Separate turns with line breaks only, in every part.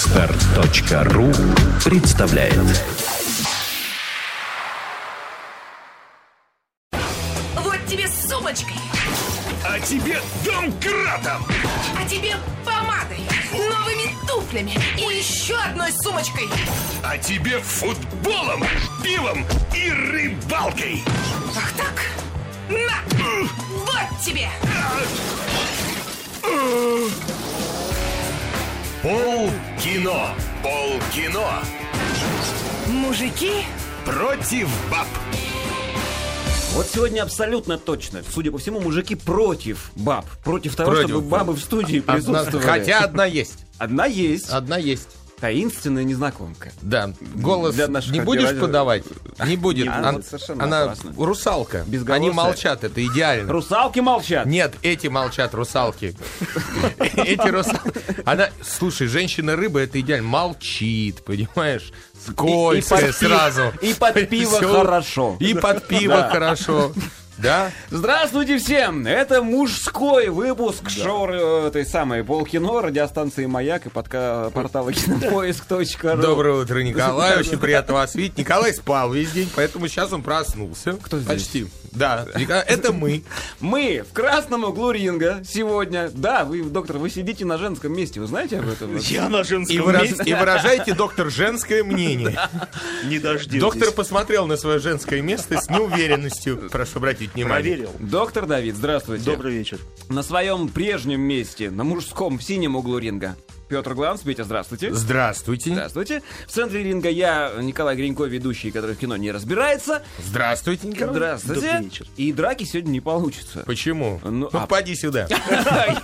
Отстар.ру представляет
Вот тебе с сумочкой,
А тебе домкратом!
а тебе помадой, новыми туфлями и еще одной сумочкой.
А тебе футболом, пивом и рыбалкой!
Ах так? На! Вот тебе!
Пол кино! Пол кино!
Мужики,
Против баб!
Вот сегодня абсолютно точно, судя по всему, мужики против баб. Против того,
Против.
чтобы бабы в студии
Одна-
присутствовали.
хотя одна есть.
Одна есть.
Одна есть.
Таинственная незнакомка.
Да. Голос
Для наших
не будешь
радиорадио-
подавать? Не будет.
Не,
Ан-
вот совершенно
Она
опасно.
русалка.
Безголосая.
Они молчат, это идеально.
Русалки молчат.
Нет, эти молчат, русалки. Эти русалки. Она, слушай, женщина-рыба, это идеально. Молчит, понимаешь?
И- и
Скользкая
под пи-
сразу.
и под пиво
Всё.
хорошо.
И под пиво
Да.
хорошо. Да?
Здравствуйте всем! Это мужской выпуск шоу э, этой самой полкино, радиостанции «Маяк» и подка... портала кинопоиск.ру.
Доброе утро, Николай. Очень приятно вас видеть. Николай спал весь день, поэтому сейчас он проснулся. Кто
здесь?
Почти. Да. Николай- Это мы.
Мы в красном углу ринга сегодня. Да, вы, доктор, вы сидите на женском месте, вы знаете об этом?
Я на
И,
женском
выраж-
месте
и выражаете, доктор, женское мнение.
не дождетесь.
Доктор посмотрел на свое женское место с неуверенностью. Прошу обратить внимание.
проверил.
Доктор Давид, здравствуйте.
Добрый вечер.
На своем прежнем месте, на мужском в синем углу ринга. Петр Гланс, Петя, здравствуйте.
Здравствуйте.
Здравствуйте. В центре ринга я, Николай Гринько, ведущий, который в кино не разбирается.
Здравствуйте, Николай.
Здравствуйте.
добрый вечер.
И драки сегодня не получится.
Почему?
Ну,
Ну,
а-
поди сюда.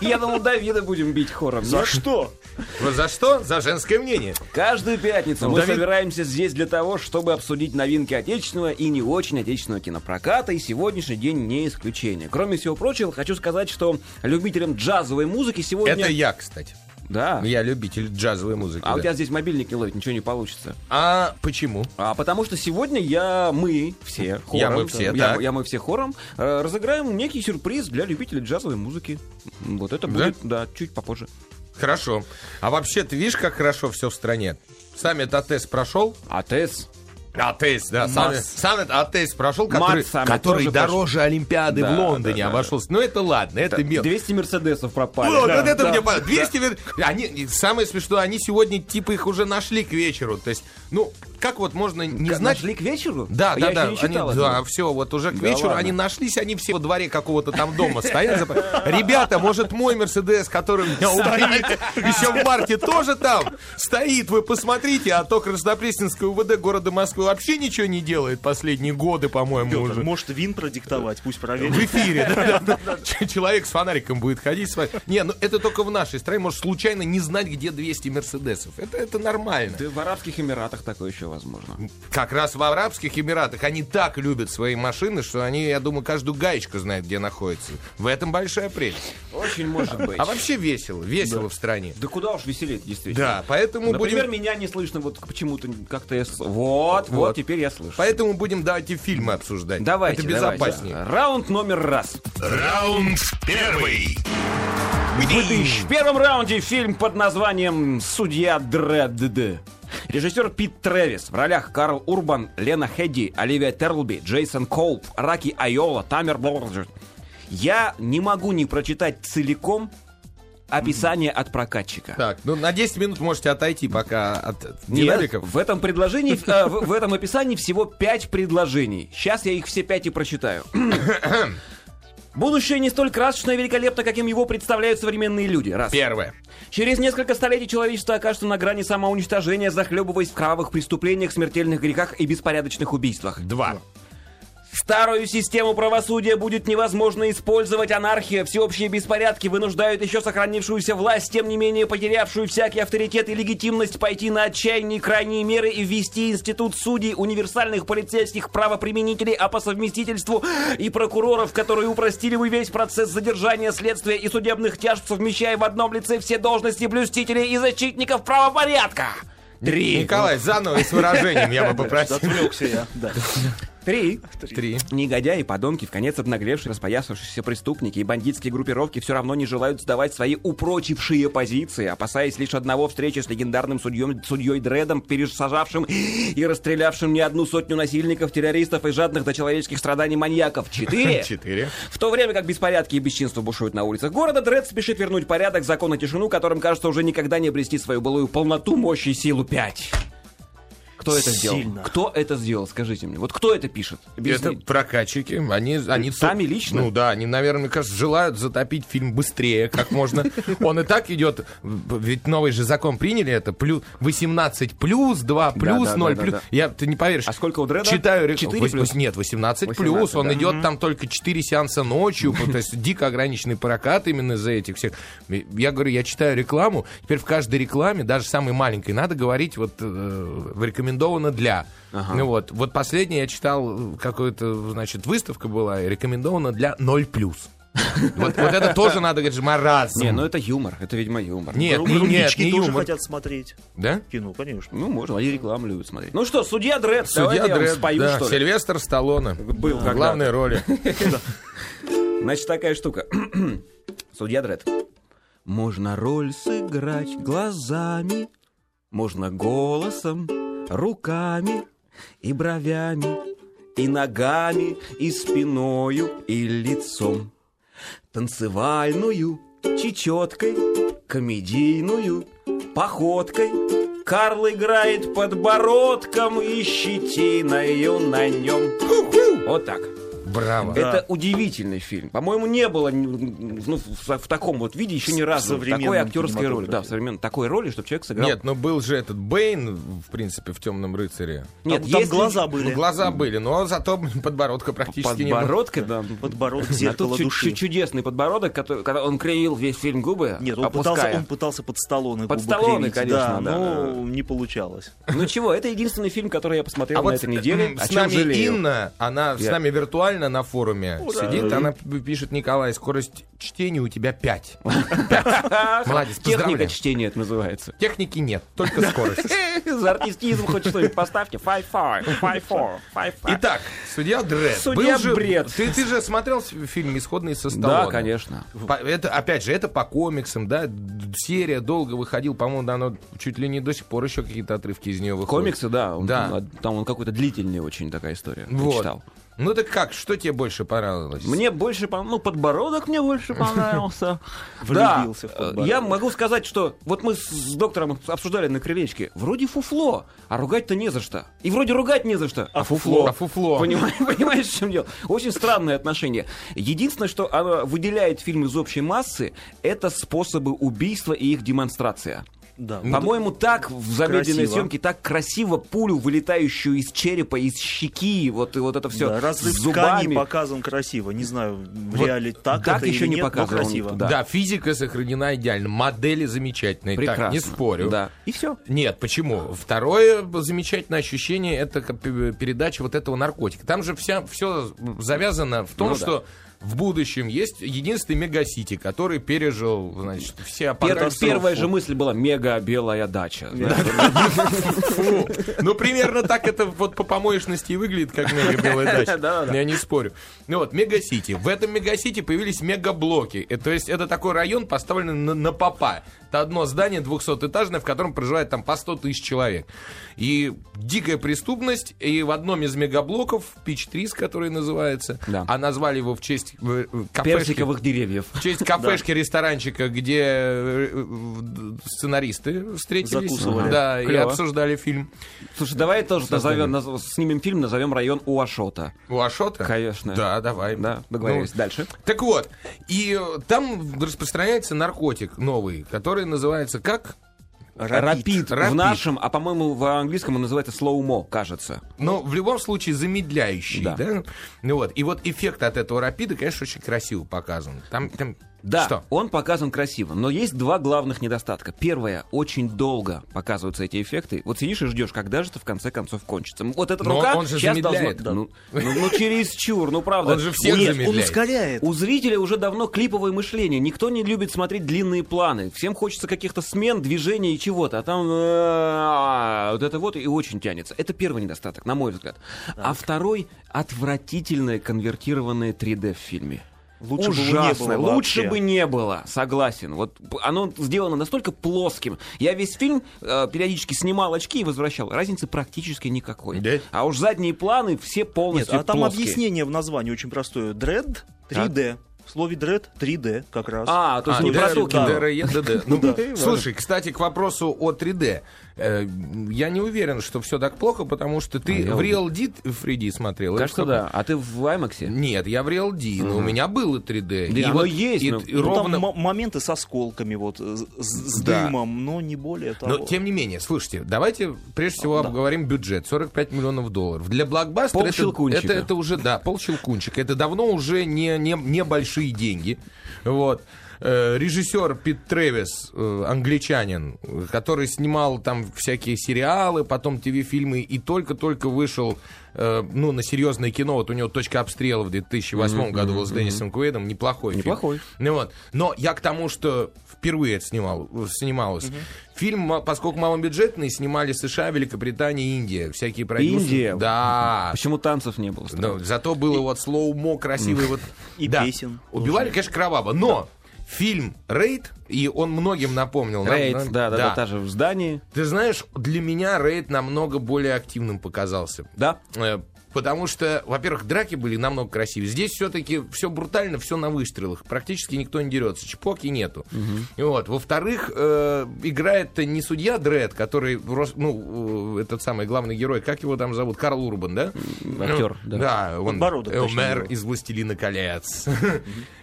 Я думал, Давида будем бить хором. но
За что?
Вот за что? За женское мнение.
Каждую пятницу мы
Ну, Давид-
собираемся здесь для того, чтобы обсудить новинки отечественного и не очень отечественного кинопроката, и сегодняшний день не исключение. Кроме всего прочего, хочу сказать, что любителям джазовой музыки сегодня...
Это я, кстати.
Да.
Я любитель джазовой музыки.
А у
да.
тебя здесь мобильник не ловит, ничего не получится.
А почему?
А потому что сегодня я, мы все хором,
Я, мы все,
я,
так.
я, мы все хором, э, разыграем некий сюрприз для любителей джазовой музыки. М, Вот это
Да?
будет, да, чуть попозже.
Хорошо. А вообще, ты видишь, как хорошо все в стране? Саммит АТС прошел.
А ТЭС?
АТС, да. Саммит, саммит АТС прошел,
Март
который,
саммит
который
тоже
дороже Олимпиады
Да,
в Лондоне
да, да,
обошелся. Ну это ладно, это мел.
200 э, мерседесов пропали.
Вот,
Да,
вот это
да.
мне понравилось. 200 вер- Они, и самое смешное, они сегодня типа их уже нашли к вечеру. То есть, ну, как вот можно не
К-
знать...
Нашли к вечеру?
Да,
А
да,
я
да.
еще не читал
они,
этого.
да, все, вот уже к
Да
вечеру
ладно.
они нашлись, они все во дворе какого-то там дома стоят. Зап- Ребята, может, мой Мерседес, который у меня стоит, еще в марте тоже там стоит, вы посмотрите, а то Краснопресненское УВД города Москвы вообще ничего не делает последние годы, по-моему,
Петр,
уже.
может вин продиктовать, пусть
В
проверит.
эфире, да, да, да. Ч- Человек с фонариком будет ходить. с фо- Не, ну это только в нашей стране. Может случайно не знать, где 200 мерседесов. Это, это нормально.
Да в Арабских Эмиратах такое еще возможно.
Как раз в Арабских Эмиратах они так любят свои машины, что они, я думаю, каждую гаечку знают, где находится. В этом большая прелесть.
Очень может быть.
А вообще весело, весело в стране.
Да куда уж веселее, действительно.
Да, поэтому
Например,
будем...
меня не слышно, вот почему-то как-то я... с- Вот, вот,
Вот.
теперь я слышу.
Поэтому будем давайте фильмы обсуждать.
Давайте,
Это
давайте.
безопаснее.
Раунд номер раз.
Раунд первый.
Выдыщ. В первом раунде фильм под названием «Судья Дредд». Режиссер Пит Трэвис в ролях Карл Урбан, Лена Хедди, Оливия Терлби, Джейсон Коуп, Раки Айола, Тамер Борджер. Я не могу не прочитать целиком описание от прокатчика.
Так, ну на 10 минут можете отойти пока от
Нет,
динамиков.
в этом предложении, э, в, в этом описании всего пять предложений. Сейчас я их все пять и прочитаю. Будущее не столь красочно и великолепно, каким его представляют современные люди. Раз.
Первое.
Через несколько столетий человечество окажется на грани самоуничтожения, захлебываясь в кровавых преступлениях, смертельных грехах и беспорядочных убийствах.
Два.
Старую систему правосудия будет невозможно использовать. Анархия, всеобщие беспорядки вынуждают еще сохранившуюся власть, тем не менее потерявшую всякий авторитет и легитимность, пойти на отчаянные крайние меры и ввести институт судей, универсальных полицейских правоприменителей, а по совместительству и прокуроров, которые упростили бы весь процесс задержания, следствия и судебных тяжб, совмещая в одном лице все должности блюстителей и защитников правопорядка. Три. ну.
Николай, заново и с выражением я бы попросил.
Отвлекся я. Да.
Три.
Три.
Негодяи, подонки, в конец обнаглевшие, распоясавшиеся преступники и бандитские группировки все равно не желают сдавать свои упрочившие позиции, опасаясь лишь одного встречи с легендарным судьем, судьей Дредом, пересажавшим и расстрелявшим не одну сотню насильников, террористов и жадных до человеческих страданий маньяков. Четыре.
Четыре.
В то время как беспорядки и бесчинства бушуют на улицах города, Дред спешит вернуть порядок, закон и тишину, которым, кажется, уже никогда не обрести свою былую полноту, мощь и силу. Пять. Кто это сделал?
Сильно.
Кто это сделал, скажите мне. Вот кто это пишет? Объясни.
Это прокачики, они, они тут-
Сами лично?
Ну да, они, наверное, мне кажется, желают затопить фильм быстрее, как можно. Он и так идет, ведь новый же закон приняли это плюс 18 плюс 2 плюс
да,
0
да,
плюс.
да.
Я ты не поверишь.
А сколько у Дреда?
Читаю рек-
Четыре
вось-
плюс?
вось- Нет, 18 плюс.
18,
Он
да.
идет там только 4 сеанса ночью, то есть дико ограниченный прокат именно из-за этих всех. Я говорю, я читаю рекламу. Теперь в каждой рекламе, даже самой маленькой, надо говорить вот э, рекомендовано для. Ну вот, вот последнее я читал э, какую-то, значит, выставка была и рекомендовано для 0 плюс. Вот, вот это тоже надо говорить маразм.
Не, ну это юмор, это, видимо, юмор.
Нет,
Ру-
не- нет,
Румбички
не
тоже
юмор.
хотят смотреть
Да?
кино, конечно.
Ну, можно, они рекламу любят смотреть. Ну что, судья Дред,
Судья
давайте я
Дред,
вам спою,
да,
что ли.
Сильвестр Сталлоне.
Был
в
когда-то.
главной роли.
Значит, такая штука. судья Дред. Можно роль сыграть глазами, можно голосом, руками и бровями, и ногами, и спиною, и лицом. танцевальную, чечеткой, комедийную, походкой. Карл играет подбородком и щетиною на нем. Вот так.
Браво.
Это удивительный фильм. По-моему, не было м, ну, в, в таком вот виде еще ни разу
современном
такой актерской роли.
кинематографе.
Да, в современной такой роли, чтобы человек сыграл.
Нет, но был же этот Бэйн, в принципе, в Темном рыцаре.
Нет,
там, там
есть
глаза
люди-
Ну,
были,
глаза были, но зато блин, подбородка практически не было.
подбородка, да.
подбородок,
А тут
зеркало
чу-
души.
чу- чудесный подбородок, который, когда он кривил весь фильм губы,
Нет, он пытался,
опуская.
он пытался под Сталлоне
Под
губы
Сталлоне,
кривить,
конечно, да,
но не получалось.
Ну чего, это единственный фильм, который я посмотрел на
А вот э,
этой неделе.
м,
О
с
чем
нами
жалею.
Инна, она с
Я-
нами виртуально на фуруме сидит, она п- пишет, Николай, скорость чтения у тебя 5. Молодец,
Техника
поздравляю.
чтения это называется.
Техники нет, только скорость.
За артистизм хоть что-нибудь поставьте. Five four, five four, five five.
Итак, судья Дред.
Судья
Был же-
Бред.
Ты, ты же смотрел с- фильм «Исходный со
Да,
Сталлоне»?
конечно.
По- это, опять же, это по комиксам, да, д- серия долго выходила, по-моему, да, она чуть ли не до сих пор еще какие-то отрывки из нее выходят.
Комиксы, да. он-
Да.
он- Там он какой-то длительный очень такая история. Я
Вот.
читал.
Ну так как, что тебе больше понравилось?
Мне больше понравился, ну, подбородок мне больше понравился.
Влюбился
Да,
в
э,
подбородок.
я могу сказать, что вот мы с с доктором обсуждали на крылечке, вроде фуфло, а ругать-то не за что. И вроде ругать не за что, а фуфло.
А фуфло.
Понимаешь, понимаешь, в чем дело? Очень странное отношение. Единственное, что оно выделяет фильм из общей массы, это способы убийства и их демонстрация.
Да, вот
По-моему, так в замедленной
красиво.
съемке так красиво пулю, вылетающую из черепа, из щеки, вот и вот это все.
Да, разрыв тканей показан красиво. Не знаю, в реале так,
так
это
еще
или
не
нет, но
показывал
красиво.
никто,
да. физика сохранена идеально, модели замечательные,
Прекрасно.
так, не спорю.
Да. И все.
Нет, почему? Второе замечательное ощущение это как пе- передача вот этого наркотика. Там же вся, все завязано в том,
Ну да.
что в будущем есть единственный мегасити, который пережил, значит, все
Первая,
апокалипсисы.
первая же мысль была мега белая дача.
Фу. Ну, примерно так это вот по помоечности и выглядит, как мега белая дача.
Да-да-да.
Я не спорю. Ну вот, мегасити. В этом мегасити появились мегаблоки. Э, То есть это такой район, поставленный на, на попа. Это одно здание 200-этажное, в котором проживает там по 100 тысяч человек. И дикая преступность. И в одном из мегаблоков, Пич-3, который называется,
Да.
а назвали его в честь э, э, кафешки
Персиковых деревьев.
в честь кафешки, ресторанчика, где э, э, в- сценаристы встретились.
Закусывали.
Да, и
Клёво.
обсуждали фильм.
Слушай, давай тоже назовем, наз- снимем фильм, назовем район Уашота.
У Ашота?
Конечно.
Да, давай.
Да,
договорились.
договорились. Дальше.
Так вот, и э, там распространяется наркотик новый, который называется как?
Рапид.
Рапид.
В нашем, а по-моему, в английском он называется слоумо, кажется.
Но Ну, в любом случае замедляющий, да?
Да.
Ну вот. И вот эффект от этого рапида, конечно, очень красиво показан. Там, там
Да,
Что?
он показан красиво, но есть два главных недостатка. Первое, очень долго показываются эти эффекты. Вот сидишь и ждешь, когда же это в конце концов кончится. Вот эта
Но
рука
он же
щас
замедляет.
должна- Ну, ну, ну, чересчур, ну правда.
Он же всех
Нет,
Он
замедляет.
ускоряет.
у зрителя уже давно клиповое мышление. Никто не любит смотреть длинные планы. Всем хочется каких-то смен, движений и чего-то. А там э, вот это вот и очень тянется. Это первый недостаток, на мой взгляд. А второй отвратительное конвертированное 3D в фильме.
Лучше бы его не
Ужасно.
было
Лучше
вообще.
бы не было, согласен. Вот п- оно сделано настолько плоским. Я весь фильм э, периодически снимал очки и возвращал. Разницы практически никакой.
Да?
А уж задние планы все
Нет,
полностью
а там
плоские.
объяснение в названии очень простое. Дред 3D. В слове дред 3D как раз.
А, то есть
А,
не
да,
про
да,
Токио.
DRE. Ну, Слушай, кстати, к вопросу о 3D. Э, Я не уверен, что все так плохо, потому что ты
А я
в
вот-
Real D 3D смотрел. или
Кажется,
в
да.
каком?
А ты в IMAX?
Нет, я в Real D, но у меня было 3D.
Да,
И
оно
вот-
есть,
и-
но-
и
Ну,
ровно...
Там мо- моменты со сколками, вот, с, с
Да.
дымом, но не более того.
Но, Ну, тем не менее, слушайте, давайте прежде всего обговорим бюджет. 45 миллионов долларов. Для блокбастера
Пол
это,
щелкунчика.
это, это уже, да, полщелкунчик. Это давно уже не, не, не большие деньги. Вот. Э, Режиссер Пит Трэвис, э, англичанин, э, который снимал там всякие сериалы, потом ТВ-фильмы, и только-только вышел э, ну, на серьезное кино. Вот у него «Точка обстрела» в 2008 году был с Деннисом Куэдом. Неплохой фильм.
Неплохой.
Ну вот. Но я к тому, что впервые это снимал, снималось. Фильм, м- поскольку малобюджетный, снимали США, Великобритания, Индия. Всякие продюсеры.
Индия?
Да.
Почему танцев не было?
Но зато было вот слоумо красивый вот...
И
Да.
песен.
Убивали, конечно, кроваво, но... Фильм «Рейд», и он многим напомнил. нам-
Рейд,
нам-
да, да, да, та же в здании.
Ты знаешь, для меня «Рейд» намного более активным показался.
Да.
Э, Потому что, во-первых, драки были намного красивее. Здесь все-таки все брутально, все на выстрелах. Практически никто не дерется. Чпоки нету. Вот. Во-вторых, э, играет не судья Дред, который, рос- ну, э, этот самый главный герой, как его там зовут? Карл Урбан, да?
Актер,
Ну,
да.
Да, он
Подбородок,
э,
точнее,
мэр
его.
из «Властелина колец».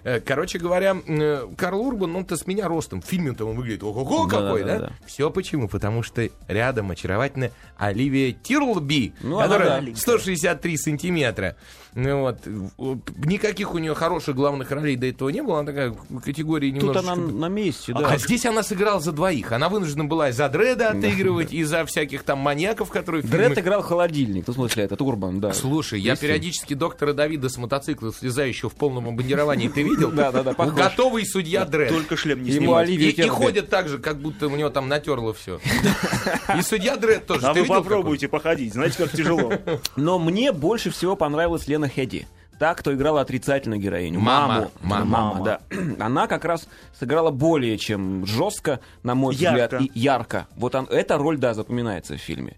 Э, Короче говоря, э, Карл Урбан, он-то с меня ростом. В фильме-то он выглядит ого-го
Да,
какой,
да,
да?
да, да.
Все почему? Потому что рядом очаровательная Оливия Тирлби,
Ну, она
которая
да.
163 сантиметра. Ну вот, в- никаких у нее хороших главных ролей до этого не было. Она такая в категории
Тут
немножечко...
она на месте,
А
да.
здесь она сыграла за двоих. Она вынуждена была и за Дреда отыгрывать, и за всяких там маньяков, которые... в
Дред
фильмах-
играл холодильник, ну, в смысле, этот Урбан, да.
Слушай, я
Есть
периодически доктора Давида с мотоцикла, слезающего в полном обмундировании, ты видел? Ну,
Да-да-да, похож.
Готовый судья Дред.
Только шлем не
Ему
снимать.
Оливия
И, и
Кирби.
ходит так же, как будто у него там натерло все. И судья Дред тоже.
А
Ты
вы
видел, как он?
попробуйте походить, знаете, как тяжело.
Но мне больше всего понравилась Лена Хеди. Та, кто играла отрицательную героиню.
Мама.
Маму.
Мама.
Мама, да. Она как раз сыграла более чем жестко, на мой
Ярко.
взгляд, и ярко. Вот он, эта роль, да, запоминается в фильме.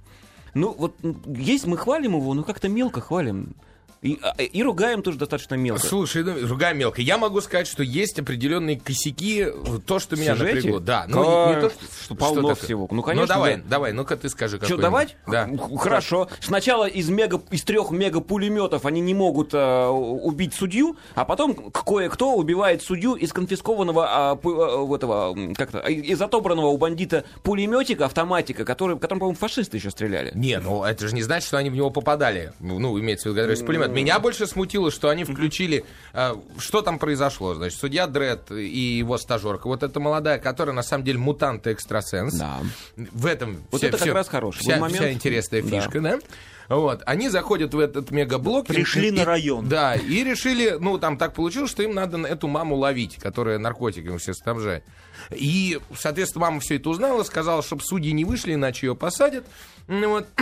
Ну, вот м, есть, мы хвалим его, но как-то мелко хвалим. И, а, и ругаем тоже достаточно мелко.
Слушай, ну, ругай мелко. Я могу сказать, что есть определенные косяки, то, что меня
сюжете?
напрягло. Да, ну,
Как- что полно
такое.
всего. Ну, конечно,
Ну, давай,
да.
давай, ну-ка ты скажи
Что,
какой-нибудь.
давать?
Да.
Х- Хорошо. Сначала из, мега, из трех мегапулеметов они не могут э, убить судью, а потом к- кое-кто убивает судью из конфискованного, а, пу- а, вот этого, м, как-то, а, из отобранного у бандита пулеметика, автоматика, который, которым, по-моему, фашисты еще стреляли.
Не, ну это же не значит, что они в него попадали. Ну, имеется в виду, который пулемет. Меня больше смутило, что они включили... э, что там произошло? Значит, судья Дред и его стажерка. Вот эта молодая, которая на самом деле мутант и экстрасенс.
Да.
В этом
Вот
вся-
это как
вся-
раз хороший
вся,
был момент.
вся интересная
Да.
фишка, да? Вот, они заходят в этот мегаблок. и-
Пришли
и-
на район.
Да, и решили, ну, там так получилось, что им надо на эту маму ловить, которая наркотиками все снабжает. И, соответственно, мама все это узнала, сказала, чтобы судьи не вышли, иначе ее посадят. Ну, вот.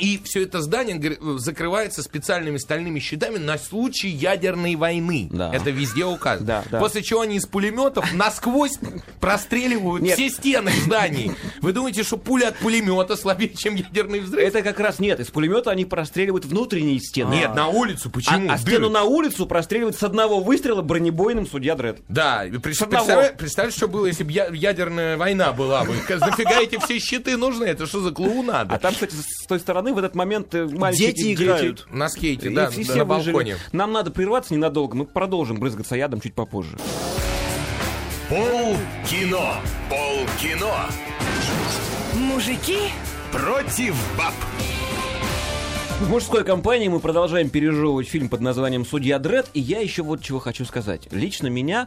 И все это здание гр- закрывается специальными стальными щитами на случай ядерной войны.
Да.
Это везде указано.
Да, да.
После чего они из пулеметов насквозь простреливают
Нет.
все стены зданий. Вы думаете, что пуля от пулемета слабее, чем ядерный взрыв?
Это как раз нет. Из пулемета они простреливают внутренние стены.
Нет, на улицу.
А,
Почему?
а
Дыры.
стену на улицу простреливают с одного выстрела бронебойным судья Дред.
Да, и прич-
одного.
представля- представь, что было, если бы ядерная война была бы. К- Нафига эти все щиты нужны? Это что за клоунада?
А там, кстати, с той стороны в этот момент э, мальчики...
Дети играют.
На скейте,
И
да,
все
на
выжили.
балконе.
Нам надо прерваться ненадолго, мы продолжим брызгаться ядом чуть попозже.
Пол кино. Пол кино.
Мужики
Против баб.
В мужской компании мы продолжаем пережевывать фильм под названием «Судья Дред», и я еще вот чего хочу сказать. Лично меня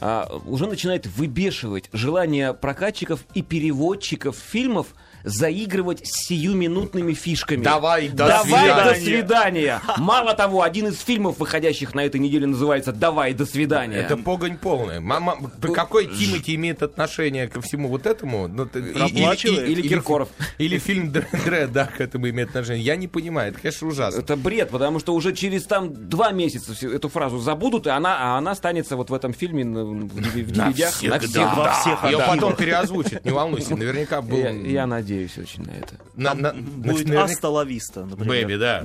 а, уже начинает выбешивать желание прокатчиков и переводчиков фильмов заигрывать с сиюминутными фишками.
Давай, до
Давай, до
свидания.
свидания. Мало того, один из фильмов, выходящих на этой неделе, называется «Давай, до свидания».
Это погонь полная. Мама,
Ну,
да какой Тимати имеет отношение ко всему вот этому? Ну, ты- и-
Проплачивает?
Или Киркоров.
Или фильм Др- Дред, да, к этому имеет отношение. Я не понимаю, это, конечно, ужасно.
Это бред, потому что уже через там два месяца всю эту фразу забудут, и она, а она останется вот в этом фильме на- в DVD-дях на всех.
Во всех
Ее
архивах.
потом переозвучат, не волнуйся. Наверняка был...
Я, я надеюсь очень на это.
на- на-
Будет
наверняка-
Аста Лависта, например.
Бэби, да.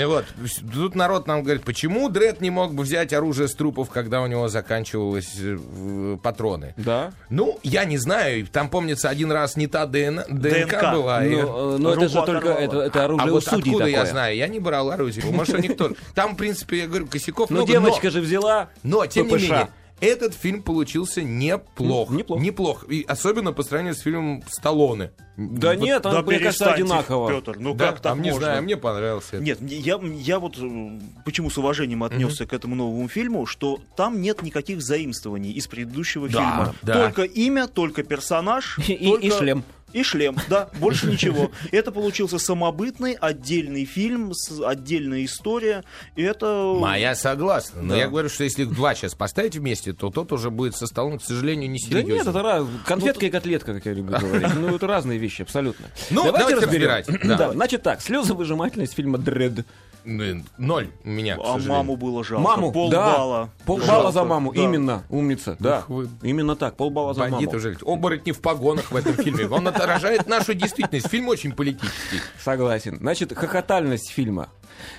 И Вот. Тут народ нам говорит, почему Дред не мог бы взять оружие с трупов, когда у него заканчивались э, в- патроны?
Да?
Ну, я не знаю. Там, помнится, один раз не та ДН- ДНК,
ДНК.
была. А, и-
Но, э, но это
руку
же только
оторвало.
это, это оружие
а
у
вот
судей
откуда
такое.
я знаю? Я не брал оружие. У мошенник тоже. Там, в принципе, я говорю, косяков
Ну,
много,
девочка
но-
же взяла
Но, тем
ППШ.
не менее, этот фильм получился неплох.
М, неплох.
Неплох. И особенно по сравнению с фильмом «Сталлоне».
Да
Вот-
нет, он, мне кажется,
перестаньте,
одинаково.
Пётр, ну
да,
как так
там, не
можно?
знаю, мне понравился. этот.
Нет, мне- я, я вот э, почему с уважением отнесся к этому новому фильму, что там нет никаких заимствований из предыдущего фильма.
да.
Только имя, только персонаж.
И- и
только-
шлем.
И шлем, да, больше ничего. Это получился самобытный, отдельный фильм, с- отдельная история. И это...
Моя согласна. А Но
Да.
я говорю, что если их два сейчас поставить вместе, то тот уже будет со столом, к сожалению, не
Да нет,
серьезен.
это раз... конфетка и котлетка, как я люблю говорить. Ну, это разные вещи, абсолютно.
Ну, давайте разбирать. Да.
Да, Значит так, слезовыжимательность фильма «Дред».
Н- Ноль у меня, к
А
сожалению.
маму было жалко.
Маму,
Полбалла.
да. Полбалла
Жалко,
за маму,
да.
именно, умница, да.
вы.
Именно так, полбалла за
Бандиты
маму.
уже говорят, оборотни в погонах в этом фильме. Он отражает нашу действительность. Фильм очень политический.
Согласен. Значит, хохотальность фильма.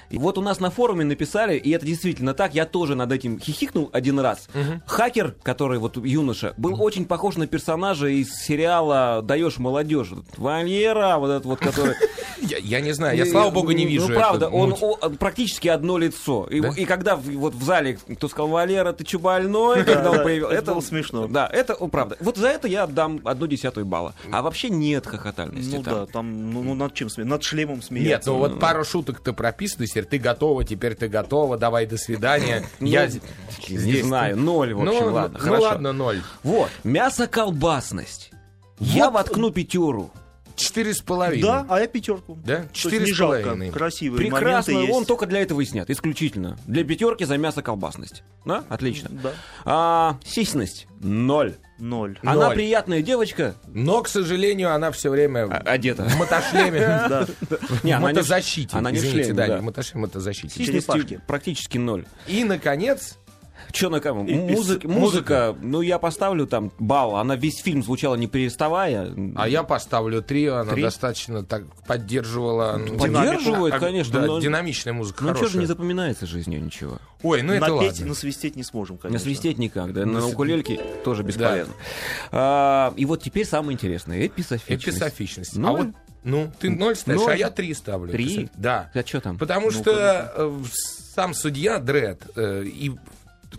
И вот у нас на форуме написали, и это действительно так, я тоже над этим хихикнул один раз. Хакер, который вот юноша, был очень похож на персонажа из сериала «Даешь молодежи». Валера, вот этот вот, который...
Я, я не знаю, я, слава богу, не вижу.
Ну, правда,
эту
он
муть.
о- практически одно лицо. И,
Да?
и когда в- вот в зале кто сказал, Валера, ты че больной, когда он
да,
появился. ну,
это было смешно.
Да, это о, правда. Вот за это я отдам одну десятую балла. А вообще нет хохотальности
Ну
там.
да, там, ну, ну, над чем смеяться? Над шлемом
Нет,
смеяться.
ну вот пару шуток-то прописано, теперь ты готова, теперь ты готова, давай, до свидания.
Ну,
Я
не
з- здесь-
знаю, ноль, в общем,
ну,
ладно,
ну,
хорошо.
ладно, ноль.
Вот, мясо-колбасность. Я воткну пятеру.
Четыре с половиной.
Да, а я пятерку.
ну, Да?
То есть
Четыре
не
с
жалко.
половиной.
Красивые
Прекрасно,
моменты
он
есть.
только для этого и снят, исключительно. Для пятерки за мясо-колбасность. Да, отлично.
Да.
А, сисьность – ноль.
Ноль.
Она
Ноль.
приятная девочка,
Но, к сожалению, она все время
а- одета.
в мотошлеме.
Да.
Не,
в
она не в-
мотозащите.
она не в
Извините,
шлеме,
да,
да.
не в мотошлеме, в мотозащите.
Сисьности
Черепашки.
практически ноль.
И, наконец,
Че на кого?
И- и с-
Музыка, музыка, ну я поставлю там балл. Она весь фильм звучала не переставая.
а я поставлю три, она
Три?
достаточно так поддерживала. ну,
Поддерживает,
динамику.
конечно,
Да,
но-
динамичная музыка
Ну что же
хорошая.
не запоминается жизнью ничего.
Ой, ну это
Напеть и
ладно.
насвистеть не сможем,
Не
конечно.
свистеть никак, да, на укулельке тоже бесполезно. А, и вот теперь самое интересное, эписофичность.
Эписофичность. А
Ноль.
вот, ну, ты ноль ставишь,
Ноль.
а я три ставлю.
Три?
Да.
А что там?
Потому что э, в- сам судья Дред э, и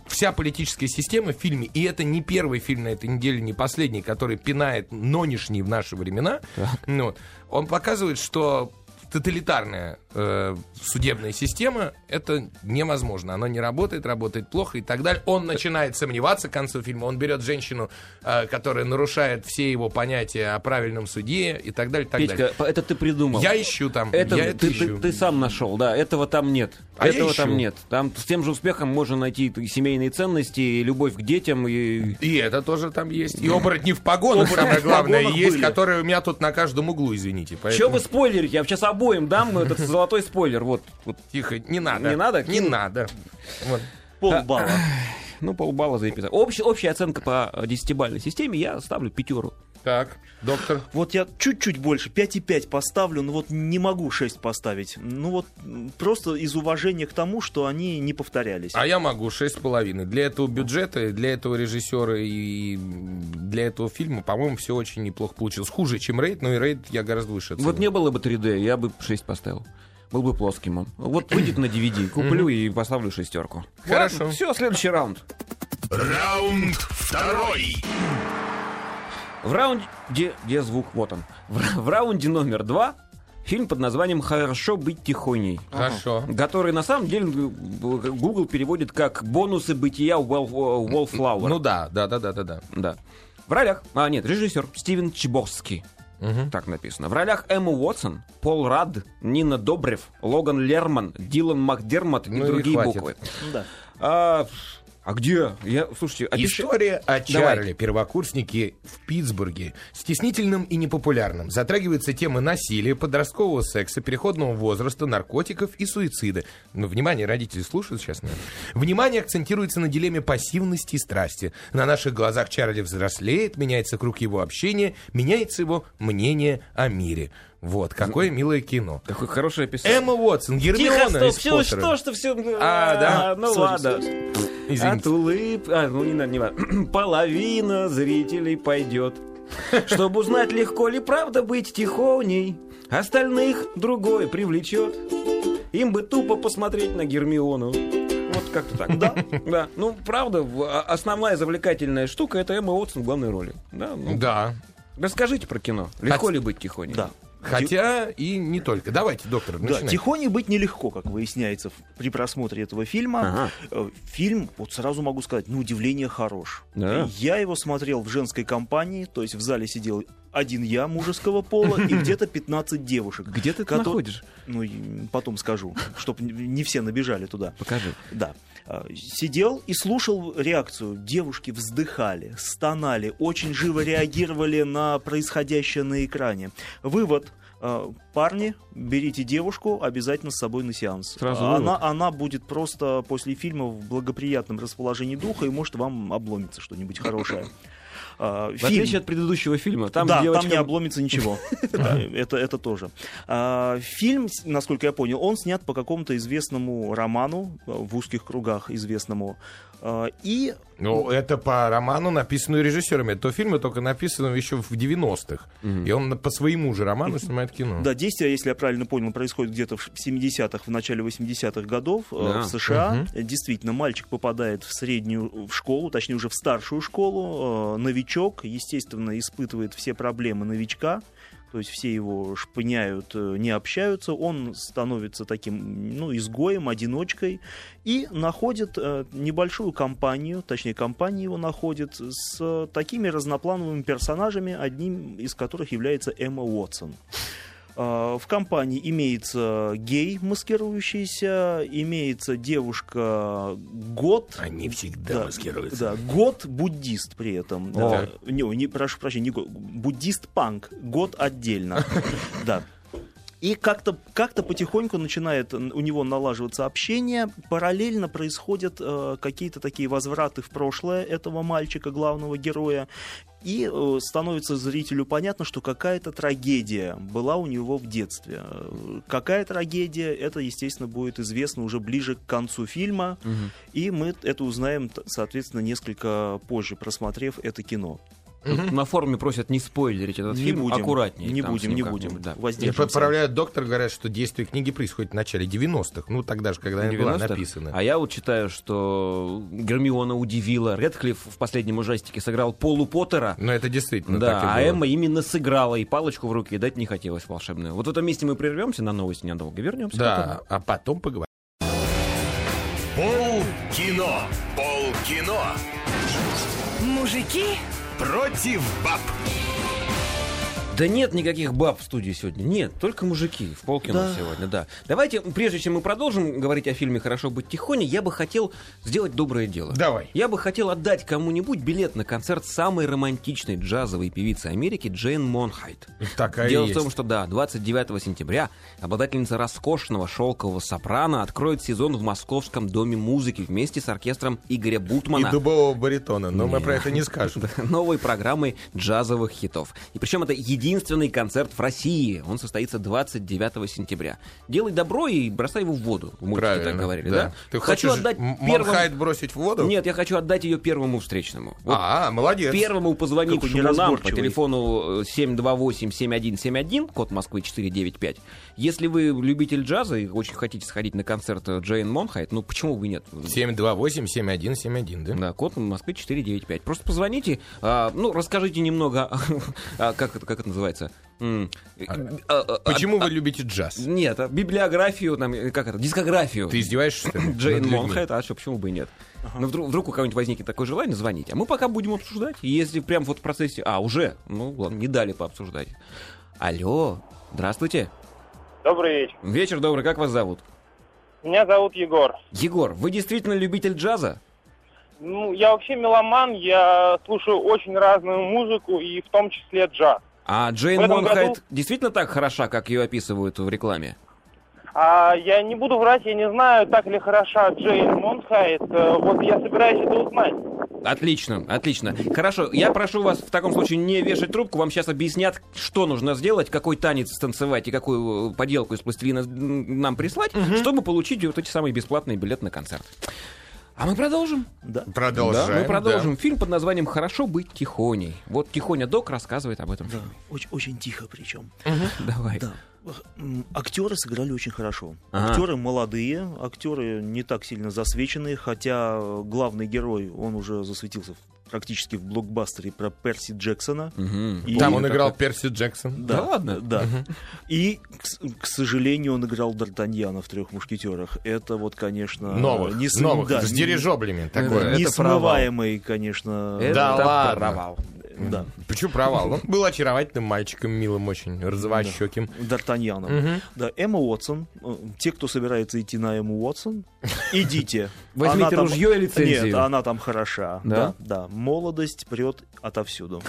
вся политическая система в фильме, и это не первый фильм на этой неделе, не последний, который пинает нонешний в наши времена, ну, вот, он показывает, что тоталитарная э, судебная система это невозможно. Она не работает, работает плохо и так далее. Он начинает сомневаться к концу фильма. Он берет женщину, э, которая нарушает все его понятия о правильном суде и так далее. и Так
Петька,
далее.
по- это ты придумал.
Я ищу там.
Это,
я
ты,
это
ты-
ищу.
ты сам нашел, да, этого там нет.
А я
этого
ищу.
там нет. Там с тем же успехом можно найти и семейные ценности, и любовь к детям, и...
И это тоже там есть. И оборотни в погонах,
Оборотни
самое
в
главное,
погонах
есть,
были.
которые у меня тут на каждом углу, извините.
Че
Поэтому...
вы спойлерите? Я сейчас обоим дам этот золотой спойлер. Вот, вот.
Тихо, не надо.
Не надо?
Не надо. Вот.
Полбалла.
А.
ну полбалла за эпизод. Общ- общая оценка по э, десятибалльной системе, я ставлю пятеру.
Так, доктор.
Вот я чуть-чуть больше, 5,5 поставлю, но вот не могу 6 поставить. Ну вот м, просто из уважения к тому, что они не повторялись.
А я могу шесть с половиной. Для этого бюджета, для этого режиссера и для этого фильма, по-моему, все очень неплохо получилось. Хуже, чем рейд, но и рейд я гораздо выше. оценил.
Вот не было бы 3D, я бы 6 поставил. Был бы плоским он. Вот выйдет на DVD, куплю и поставлю шестерку.
Хорошо.
Все, следующий раунд.
Раунд второй.
В раунде... Где звук? Вот он. В, ра- в раунде номер два фильм под названием «Хорошо быть тихоней».
Хорошо.
Который на самом деле э, Google переводит как бонусы бытия Уолл- э, Уоллфлауэр.
Ну да, да, да, да, да, да.
Да. В ролях... А, нет, режиссер Стивен Чебовский. Так написано. В ролях Эмма Уотсон, Пол Рад, Нина Добрев, Логан Лерман, Дилан Макдермат
Ну
и
и
другие
хватит.
буквы.
Ну да.
А, а где? Я, слушайте, опиши-
История о
Давай.
Чарли, первокурснике в Питтсбурге. Стеснительным и непопулярным. Затрагиваются темы насилия, подросткового секса, переходного возраста, наркотиков и суицида. Ну, внимание, родители слушают сейчас, наверное. Внимание акцентируется на дилемме пассивности и страсти. На наших глазах Чарли взрослеет, меняется круг его общения, меняется его мнение о мире. Вот, какое милое кино.
Какое хорошее описание.
Эмма Уотсон, Гермиона
Тихо, стоп,
из
все,
Поттера.
что, что все...
А, да.
ну
Сори,
ладно. От
Извините.
улыб- А, ну не надо, не важно. Половина зрителей пойдет. Чтобы узнать, легко ли правда быть тихоней, остальных другой привлечет. Им бы тупо посмотреть на Гермиону. Вот как-то так. Да. Да. Ну, правда, в- а- основная завлекательная штука это Эмма Уотсон в главной роли. Да, ну.
Да.
Расскажите про кино. Легко
Хот-
ли быть тихоней?
Да.
Хотя и не только. Давайте, доктор,
Да,
начинайте.
тихоней быть нелегко, как выясняется в- при просмотре этого фильма. Э, Фильм, вот сразу могу сказать, на удивление хорош.
Да?
Я его смотрел в женской компании, то есть в зале сидел один я мужеского пола и где-то 15 девушек.
Где ты это
Кото-
находишь?
Ну, и потом скажу, чтобы не все набежали туда.
Покажи.
Да. А, Сидел и слушал реакцию. Девушки вздыхали, стонали, очень живо реагировали на происходящее на экране. Вывод. А, Парни, берите девушку обязательно с собой на сеанс.
Сразу
А она,
вывод.
она будет просто после фильма в благоприятном расположении духа и может вам обломится что-нибудь хорошее. А,
В
фильм-
отличие от предыдущего фильма, там
да,
девочка...
там не обломится ничего. Да, Это, это тоже. А, Фильм, с- насколько я понял, он снят по какому-то известному роману, э, в узких кругах известному. А, И
Ну, это по роману, написанному режиссерами. Это фильм, только написанного еще в 90-х. И он по своему же роману снимает кино.
да, действие, если я правильно понял, происходит где-то в ш- в 70-х, в начале 80-х годов э,
Да.
в США. Действительно, мальчик попадает в среднюю э, в школу, точнее уже в старшую школу. э, Новичок, естественно, испытывает все проблемы новичка. То есть все его шпыняют, э, не общаются, он становится таким, ну, изгоем, одиночкой и находит э, небольшую компанию, точнее, компания его находит с э, такими разноплановыми персонажами, одним из которых является Эмма Уотсон. Э, В компании имеется гей, маскирующийся, имеется девушка год.
Они всегда маскируются.
Да, год буддист при этом. да. Не, не, прошу прощения, не год, буддист панк, год отдельно. Да. И как-то как потихоньку начинает н- у него налаживаться общение. Параллельно происходят э, какие-то такие возвраты в прошлое этого мальчика, главного героя. И э, становится зрителю понятно, что какая-то трагедия была у него в детстве. Э, Какая трагедия, это, естественно, будет известно уже ближе к концу фильма. И мы т- это узнаем, т- соответственно, несколько позже, просмотрев это кино.
Тут На форуме просят не спойлерить этот
не
фильм,
будем,
аккуратнее.
Не
там с
будем,
ним
не
как-нибудь,
будем.
да.
И
Воздержимся.
поправляют доктор, говорят, что действие книги происходит в начале 90-х. Ну, тогда же, когда она была
90-х.
написана.
А я вот читаю, что Гермиона удивила. Редклифф в последнем ужастике сыграл Полу Поттера.
Но Ну, это действительно
да,
так и
а
было.
Эмма именно сыграла, и палочку в руки дать не хотелось волшебную. Вот в этом месте мы прервемся на новости ненадолго. Вернемся.
Да, а потом поговорим.
Пол кино. Пол кино.
Мужики
Против баб.
Да нет никаких баб в студии сегодня. Нет, только мужики в полкино сегодня, да. Давайте, прежде чем мы продолжим говорить о фильме «Хорошо быть тихоней», я бы хотел сделать доброе дело.
Давай.
Я бы хотел отдать кому-нибудь билет на концерт самой романтичной джазовой певицы Америки Джейн Монхайт.
Такая
Дело
есть.
в том, что да, 29 сентября обладательница роскошного шелкового сопрано откроет сезон в Московском доме музыки вместе с оркестром Игоря Бутмана
И дубового баритона, но мы про это не скажем.
новой программой джазовых хитов. И причем это единственный концерт в России. Он состоится 29 сентября. Делай добро и бросай его в воду. В мультике
Правильно.
так говорили, да?
да. Ты
хочу
хочешь
отдать
М-
первому...
Монхайт бросить в воду?
Нет, я хочу отдать ее первому встречному. Вот
А, молодец.
Первому позвонившему
Какой
нам по
неразборчивый.
телефону э, 728-7171, код Москвы 495. Если вы любитель джаза и очень хотите сходить на концерт э, Джейн Монхайт, ну почему бы и нет?
728-7171, да?
Да, код Москвы 495. Просто позвоните, а, ну, расскажите немного, а, как, это, как это называется, А-
Почему вы любите джаз?
Нет, а библиографию, там, э, как это, дискографию.
Ты издеваешься, что ли?
Джейн
над людьми?
Монхет, а что, почему бы и нет? Ну, вдруг, вдруг у кого-нибудь возникнет такое желание, звоните. А мы пока будем обсуждать. И Если прям вот в процессе... А, уже? Ну, ладно, не дали пообсуждать. Алло, здравствуйте.
Добрый вечер.
Вечер добрый, как вас зовут?
Меня зовут Егор.
Егор, вы действительно любитель джаза?
Ну, я вообще меломан, я слушаю очень разную музыку, и в том числе джаз.
А Джейн
В этом
Монхайт
году-
действительно так хороша, как ее описывают в рекламе?
А я не буду врать, я не знаю, так ли хороша Джейн Монхайт. Э, Вот я собираюсь это узнать.
Отлично, отлично. Хорошо, я прошу вас в таком случае не вешать трубку. Вам сейчас объяснят, что нужно сделать, какой танец станцевать и какую э, поделку из пластилина м, нам прислать, чтобы получить вот эти самые бесплатные билеты на концерт. А мы продолжим.
Продолжаем.
мы
да.
продолжим. Фильм под названием «Хорошо быть тихоней». Вот Тихоня Док рассказывает об этом.
Да, очень, очень тихо причем.
Давай.
Да. Эх, м, Актеры сыграли очень хорошо.
Ага.
Актеры молодые, актеры не так сильно засвеченные, хотя главный герой, он уже засветился в- практически в блокбастере про Перси Джексона.
Мгм.
И-
Там он играл Перси Джексон.
Да ладно?
Да. И, к, с- к сожалению, он играл Д'Артаньяна в «Трех мушкетерах». Это вот, конечно...
Новых,
не с-
новых,
да,
с
не-
дирижоблями
Это
такое.
Несмываемый, конечно...
Это
Да ладно.
провал.
Да.
Почему провал? Он был очаровательным мальчиком, милым очень, розовощеким.
Д'Артаньяном. Да, Эмма Уотсон. Э, Те, кто собирается идти на Эмму Уотсон, идите.
Возьмите
Она там-
ружье и лицензию.
Нет, она там хороша.
Да?
Да? Да. Молодость прет отовсюду.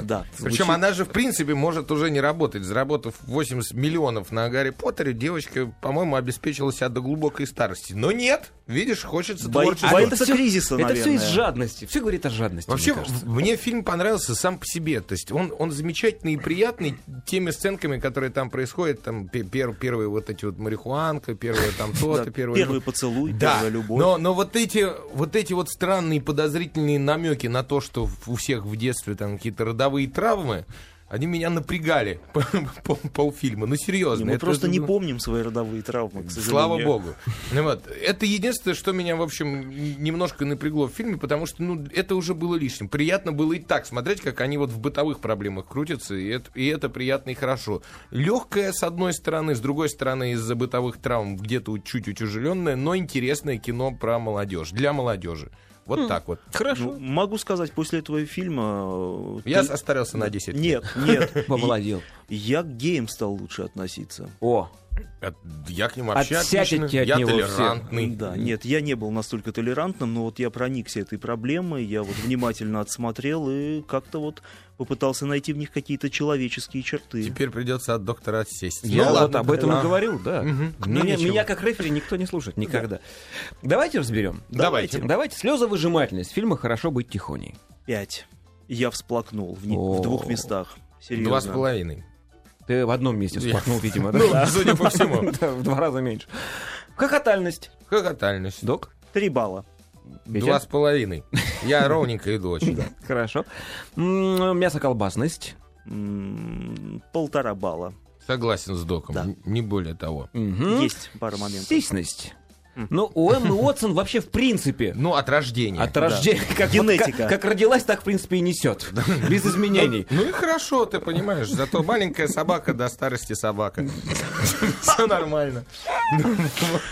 Да.
Причем
Звучит-
она же, в принципе, может уже не работать. Заработав 80 миллионов на Гарри Поттере, девочка, по-моему, обеспечила себя до глубокой старости. Но нет, видишь, хочется
Бо-
творчества.
боится кризиса,
А Это все из
наверное.
жадности. Все говорит о жадности.
Вообще,
мне кажется.
в- мне фильм понравился сам по себе. То есть он, он замечательный и приятный теми сценками, которые там происходят. Там пе- пер- первые вот эти вот марихуанка, первое там то-то,
Да,
первое...
Первый поцелуй,
Да,
первая любовь.
но, но вот, эти, вот эти вот странные подозрительные намеки на то, что у всех в детстве там какие-то родовые травмы, они меня напрягали пол- полфильма. Ну, серьезно.
Мы
это
просто
же,
не
ну,
помним свои родовые травмы, к сожалению.
Слава богу. Ну вот, это единственное, что меня, в общем, немножко напрягло в фильме, потому что, ну, это уже было лишним. Приятно было и так смотреть, как они вот в бытовых проблемах крутятся, и это, и это приятно и хорошо. Легкое, с одной стороны, с другой стороны, из-за бытовых травм где-то чуть утяжеленное, но интересное кино про молодежь, для молодежи. Вот
Хм.
так вот.
Ну, могу сказать, после этого фильма... э,
Я
ты-
состарился на 10 лет.
Нет, нет.
Помолодел.
И- Я к геям стал лучше относиться.
О,
От- Я к ним
Отсядете
вообще отлично.
от
Я
него все.
толерантный.
Да, нет, я не был настолько толерантным, но вот я проникся этой проблемой, я вот внимательно отсмотрел и как-то вот попытался найти в них какие-то человеческие черты.
Теперь придется от доктора отсесть.
Я
Ну
вот
ладно.
об этом
Да.
и говорил, да.
Ну,
Меня,
ничего.
меня как рефери никто не слушает никогда. Давайте разберем.
Давайте.
Давайте. Слезовыжимательность фильма «Хорошо быть тихоней».
Пять. Я всплакнул в, не- в
О.
двух местах. Серьезно.
Два с половиной.
Ты в одном месте
Я-
спахнул, видимо, да?
Ну, судя по всему.
Да, В два раза меньше. Хохотальность.
Хохотальность.
Док?
Три балла.
Петя?
Два с половиной. Я ровненько иду очень.
Хорошо. М, Мясоколбасность.
М, Полтора балла.
Согласен с доком.
Да.
н- Не более того.
Мгм.
Есть пара моментов.
Сисьность. Ну, у Эммы Уотсон вообще в принципе
Ну, от рождения.
от рождения... как вот
Генетика.
Как как родилась, так в принципе и несет. Без изменений.
Ну и хорошо, ты понимаешь. Зато маленькая собака до старости собака. Все нормально. Ну, вот.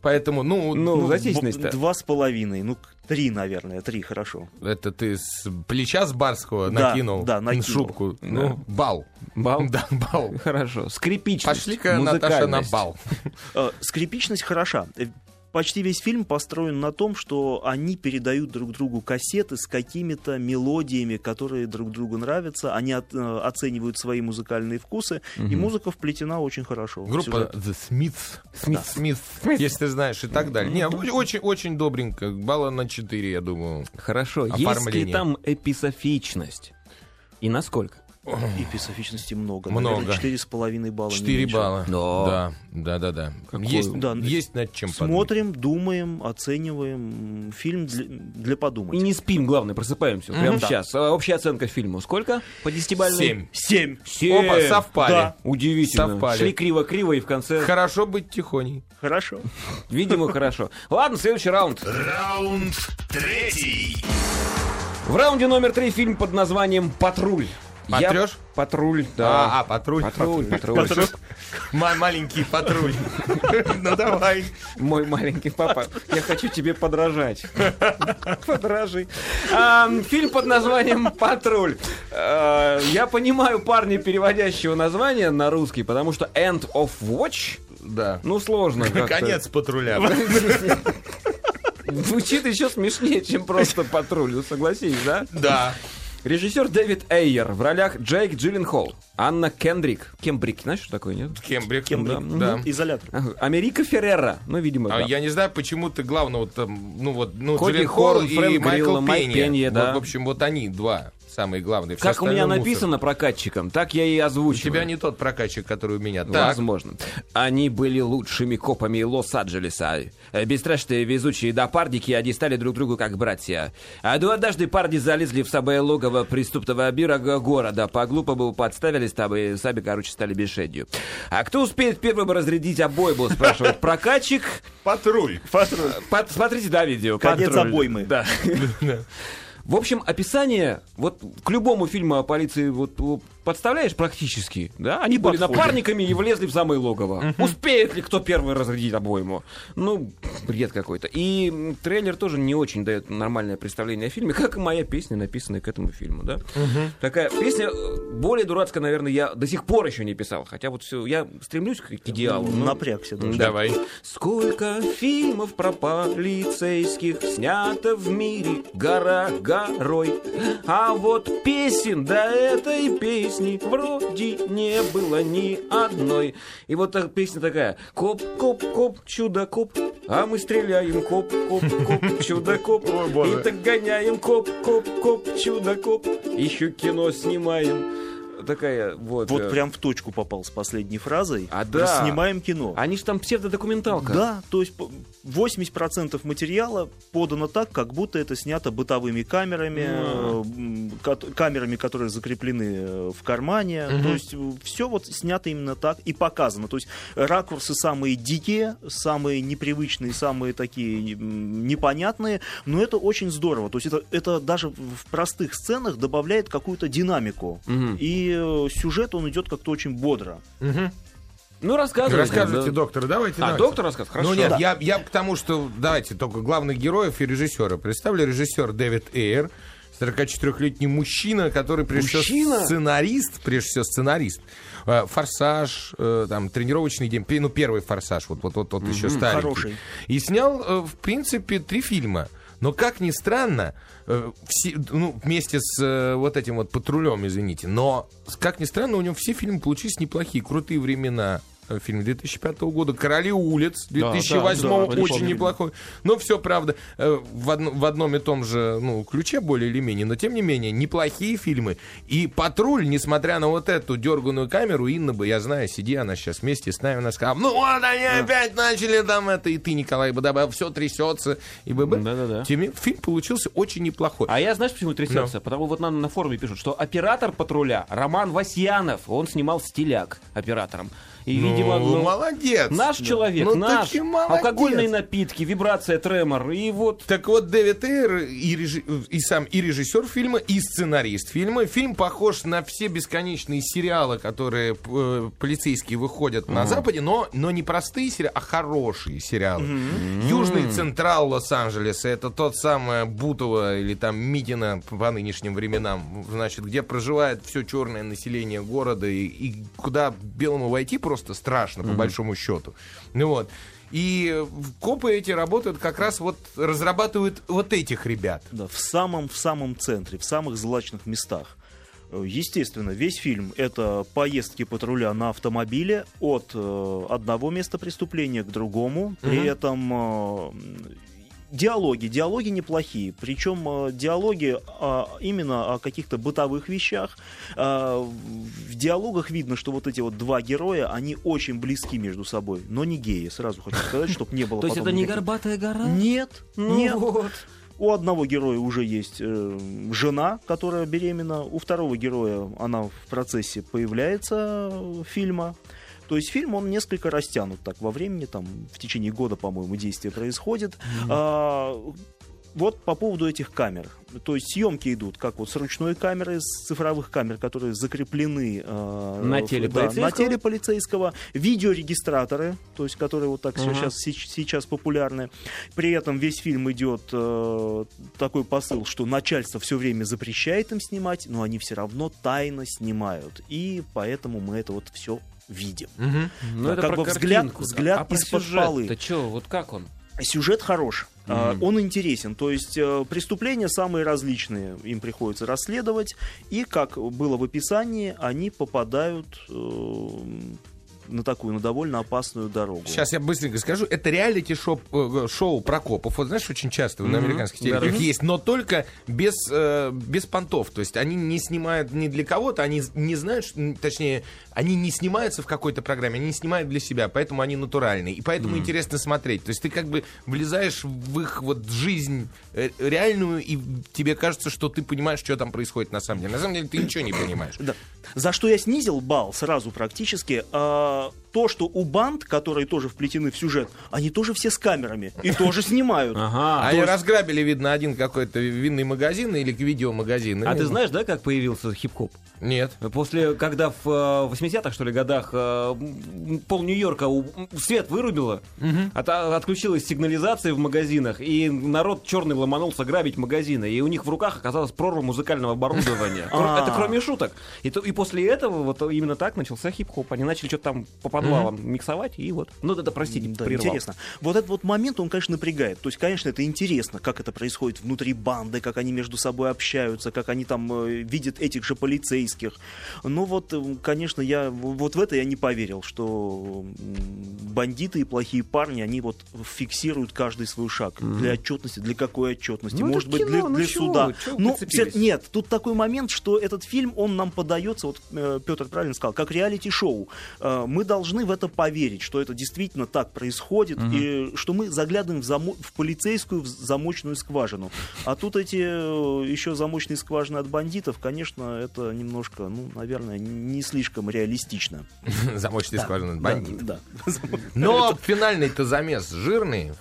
Поэтому, ну,
Ну,
ну,
за сисьность-то.
Два с половиной. Ну, к- три, наверное. Три, хорошо.
это ты с плеча с барского
Да,
накинул
да, накинул.
шубку. Ну, бал.
Бал?
Да, бал.
Хорошо. Скрипичность.
Пошли-ка, Наташа, на
музыкальность.
бал.
Э, Скрипичность хороша. Э, Почти весь фильм построен на том, что они передают друг другу кассеты с какими-то мелодиями, которые друг другу нравятся. Они от- э, оценивают свои музыкальные вкусы, и музыка вплетена очень хорошо. в
Группа
сюжет.
The Smiths. Smith. если ты знаешь, и так далее. Не, очень-очень добренько. Балла на 4, я думаю.
Хорошо. Есть ли
Оформление.
там эписофичность? И насколько?
И писофичности много.
Много.
Наверное, четыре с половиной балла. не
4
меньше.
балла.
Да.
Да, да, да. да.
Какой-
Есть,
Да,
есть над чем подумать.
Смотрим, думаем, оцениваем. М, Фильм для, для
И
подумать.
не спим, главное, просыпаемся прямо сейчас. А Общая оценка фильму сколько? По десятибалльной?
Семь.
Семь.
Семь.
Опа, совпали.
Да. Удивительно.
Совпали.
Шли криво-криво и в конце,
Хорошо быть тихоней.
Хорошо.
видимо, хорошо. Ладно, следующий раунд.
Раунд третий.
В раунде номер три фильм под названием «Патруль». Я
Потрёшь?
Патруль,
А,
да.
а, патруль.
Патруль, патруль.
М- Маленький патруль. Ну давай.
Мой маленький папа, я хочу тебе подражать. Подражи. А, фильм под названием «Патруль». А, я понимаю парня, переводящего название на русский, потому что «End of Watch»
Да.
Ну, сложно как-то.
Конец патруля.
Звучит еще смешнее, чем просто патруль, ну, согласись, да?
Да.
Режиссер Дэвид Эйер в ролях Джейк Джилленхол, Анна Кендрик. Кембрик, знаешь, что такое, нет?
Кембрик.
Кембрик.
Ну,
Да.
Изолятор.
Ага, Америка Феррера, ну, видимо,
А
да.
я не знаю, почему ты главного там, ну вот, ну,
Коди
Джилленхол
Хорн,
и
Фрэнк
Майкл
Грилла, Майк
Пенья.
Пенья,
Вот,
да.
в общем, вот они два самые главные. Все
Как у меня
остальное мусор.
написано прокатчиком, так я и
У
озвучиваю.
тебя не тот прокачик, который у меня. Так.
Возможно. Они были лучшими копами Лос-Анджелеса. Э, Бесстрашные, везучие допардики, они стали друг другу как братья. А до однажды парни залезли в самое логово преступного бюро города. По-глупому подставились там и сами, короче, стали мишенью. А кто успеет первым разрядить обойму, спрашивает прокатчик.
Патруль.
Под- Смотрите, да, видео.
Конец
Контроль.
обоймы.
Да. В общем, описание, вот к любому фильму о полиции вот, вот подставляешь практически, да? Они были напарниками и влезли в самое логово. Успеет ли кто первый разрядить обойму? Ну, бред какой-то. И м, трейлер тоже не очень дает нормальное представление о фильме, как и моя песня, написанная к этому фильму, да? Такая песня э, более дурацкая, наверное, я до сих пор еще не писал, хотя вот все, я стремлюсь к к идеалу. но-
Напрягся. даже.
Давай.
Сколько фильмов про полицейских снято в мире гора горой. А вот песен до этой песни вроде не было ни одной. И вот так песня такая. Коп, коп, коп, чудо, коп. А мы стреляем, коп, коп, коп, чудо, коп. И так гоняем, коп, коп, коп, чудо, коп. Еще кино снимаем. Такая вот.
Вот
э,
прям в точку попал с последней фразой.
А, да.
Снимаем кино.
Они же там псевдодокументалка.
Да, то есть по- 80% материала подано так, как будто это снято бытовыми камерами, э, м, кат- камерами, которые закреплены э, в кармане. То есть все вот снято именно так и показано. То есть ракурсы самые дикие, самые непривычные, самые такие м, непонятные, но это очень здорово. То есть это, это даже в простых сценах добавляет какую-то динамику. И э, сюжет, он идет как-то очень бодро.
Ну, рассказывай.
Рассказывайте,
Да.
доктор, давайте.
А,
давайте.
доктор рассказывает? Хорошо.
Ну нет, я, я к тому, что давайте только главных героев и режиссера. Представлю режиссер Дэвид Эйр, 44-летний мужчина, который прежде
Мужчина?
всего сценарист, прежде всего сценарист. Э, Форсаж, э, там, тренировочный день, пе- ну первый форсаж, вот вот вот, вот еще старенький.
хороший.
И снял, э, в принципе, три фильма. Но как ни странно, э, все- ну, вместе с э, вот этим вот патрулем, извините, но с- как ни странно, у него все фильмы получились неплохие, крутые времена. э, Фильм 2005 года, «Короли улиц» 2008
да, да,
очень
припомню.
неплохой. Но все, правда, э, в, одно- в одном и том же ну, ключе более или менее, но тем не менее, неплохие фильмы. И «Патруль», несмотря на вот эту дерганую камеру, Инна бы, я знаю, сиди, она сейчас вместе с нами, она сказала, ну вот они опять начали там это, и ты, Николай, бы добавил, все трясется, и ББ.
Да-да-да.
Тем не- фильм получился очень неплохой.
А я знаешь, почему трясется?
Ну.
Потому вот нам на форуме пишут, что оператор патруля Роман Васьянов, он снимал стиляк оператором. И, видимо,
Ну,
ну,
молодец.
наш
Да.
человек,
Ну,
наш.
таки молодец.
Алкогольные напитки, вибрация, тремор. И вот
Так вот, Дэвид Эйр и, режи- и сам и режиссер фильма, и сценарист фильма. Фильм похож на все бесконечные сериалы, которые э, полицейские выходят на Западе, но, но не простые сериалы, а хорошие сериалы. Южный Централ Лос-Анджелеса, это тот самый Бутово или там Митина по нынешним временам, значит, где проживает все черное население города и, и куда белому войти просто страшно, по большому счету. Ну вот. И э, в- копы эти работают как раз вот разрабатывают вот этих ребят.
Да, в самом в самом центре, в самых злачных местах. Э, Естественно, весь фильм это поездки патруля на автомобиле от э, одного места преступления к другому, при этом э, м, диалоги, диалоги неплохие, причем э, диалоги а, именно о каких-то бытовых вещах. А, в в диалогах видно, что вот эти вот два героя, они очень близки между собой, но не геи. Сразу хочу сказать, чтобы не было.
То есть
потом
это не
никаких-
горбатая гора?
Нет,
Ну
нет.
вот.
У одного героя уже есть э, жена, которая беременна, у второго героя она в процессе появляется э, фильма. То есть фильм он несколько растянут так во времени, там в течение года, по-моему, действие происходит. А, вот по поводу этих камер. То есть съемки идут как вот с ручной камеры, с цифровых камер, которые закреплены э,
На
в-
теле
да, на
полицейского?
теле полицейского, видеорегистраторы, то есть которые вот так сейчас, сеч- сейчас популярны. При этом весь фильм идет э, такой посыл, что начальство все время запрещает им снимать, но они все равно тайно снимают. И поэтому мы это вот все видим.
Ну,
Да,
это
как
про
бы взгляд-
картинку, да.
взгляд
а про
из-под
сюжет-то
полы.
чё, вот как он?
Сюжет хорош, а, он интересен. То есть э, преступления самые различные им приходится расследовать, и как было в описании, они попадают э, на такую, на довольно опасную дорогу.
Сейчас я быстренько скажу. Это реалити-шоу э, шоу про копов. Вот знаешь, очень часто на американских телеках есть, но только без, э, без понтов. То есть они не снимают ни для кого-то, они не знают, что- м, точнее, они не снимаются в какой-то программе, они снимают для себя, поэтому они натуральные. И поэтому интересно смотреть. То есть ты как бы влезаешь в их вот жизнь э, реальную, и тебе кажется, что ты понимаешь, что там происходит на самом деле. На самом деле ты ничего не понимаешь.
Да. За что я снизил балл сразу практически, а, то, что у банд, которые тоже вплетены в сюжет, они тоже все с камерами и тоже снимают.
Ага.
Они А разграбили, видно, один какой-то винный магазин или видеомагазин.
А
И-
ты знаешь, да, как появился хип-хоп?
Нет.
После, когда в э, 80-х, что ли, годах э, м, пол Нью-Йорка у- м, свет вырубило, от- отключилась сигнализация в магазинах, и народ черный ломанулся грабить магазины, и у них в руках оказалась прорва музыкального оборудования. Кро-
А.
Это кроме шуток. И то- и после этого вот именно так начался хип-хоп. Они начали что-то там по подвалам миксовать, и вот. Ну, это, простите,
Да,
прервал.
интересно. Вот этот вот момент, он, конечно, напрягает. То есть, конечно, это интересно, как это происходит внутри банды, как они между собой общаются, как они там э, видят этих же полицейских. Но вот, э, конечно, я в- вот в это я не поверил, что м, бандиты и плохие парни, они вот фиксируют каждый свой шаг. Для отчетности, для какой отчетности?
Ну, это
Может быть,
кино,
для,
ну
для
чего вы,
суда.
чего вы
Ну,
прицепились?
всё- нет, тут такой момент, что этот фильм, он нам подается, вот Петр правильно сказал, как реалити-шоу. Э, Мы должны в это поверить, что это действительно так происходит, и что мы заглядываем в, замо- в полицейскую в замочную скважину. А тут эти еще замочные скважины от бандитов, конечно, это немножко, ну, наверное, не слишком реалистично.
Замочный скважина бандит.
Да, да.
Но финальный-то замес жирный,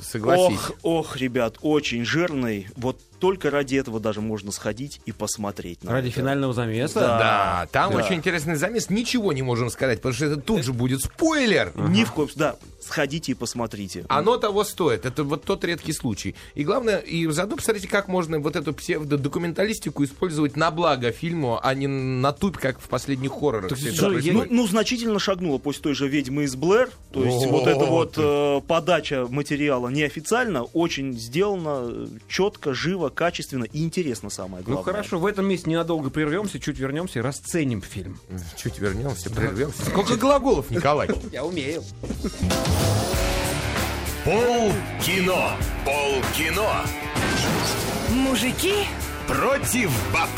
согласись.
Ох, ох, ребят, очень жирный. Вот только ради этого даже можно сходить и посмотреть. на
Ради
это.
финального замеса?
Да, там очень интересный замес. Ничего не можем сказать, потому что это тут же будет спойлер.
Ни в коем случае. Да, сходите и посмотрите.
Оно того стоит. Это вот тот редкий случай. И главное, и заодно посмотрите, как можно вот эту псевдодокументалистику использовать на благо фильму, а не на тупь, как в последних хоррорах.
Так
всё это
что, я-
происходит.
Ну, ну, значительно шагнула после той же «Ведьмы из Блэр». То есть вот эта вот э, подача материала неофициально очень сделана четко, живо, качественно и интересно самое
Ну
главное.
хорошо, в этом месте ненадолго прервемся, чуть вернемся и расценим фильм.
Чуть вернемся, прервемся. Сколько глаголов, Николай?
Я умею.
Пол кино. Пол кино.
Мужики
Против баб.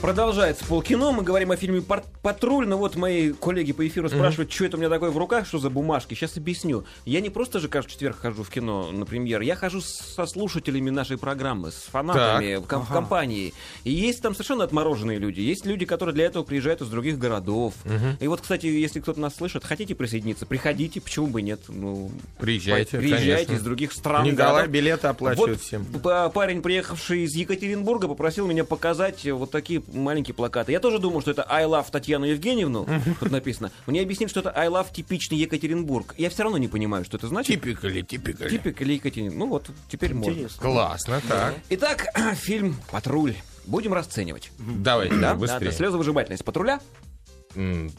Продолжается полкино, мы говорим о фильме «Пар- «Патруль», но вот мои коллеги по эфиру спрашивают, что это у меня такое в руках, что за бумажки, сейчас объясню. Я не просто же каждый четверг хожу в кино на премьер, я хожу со слушателями нашей программы, с фанатами, в, ком- в компании. И есть там совершенно отмороженные люди, есть люди, которые для этого приезжают из других городов. И вот, кстати, если кто-то нас слышит, хотите присоединиться, приходите, почему бы и нет. Ну,
Приезжайте,
приезжайте
конечно.
из других стран.
Николай
городов.
билеты оплачивает
Вот
всем.
п- парень, приехавший из Екатеринбурга, попросил меня показать э, вот такие маленькие плакаты. Я тоже думал, что это I love Татьяну Евгеньевну, тут написано. Мне объяснили, что это I love типичный Екатеринбург. Я все равно не понимаю, что это значит.
Типикали, типикали.
Типик или Екатеринбург. Ну вот, теперь можно.
Интересно.
Классно, так.
Итак, фильм «Патруль». Будем расценивать.
Давайте, да, быстрее.
Да, слезовыжимательность патруля.
М,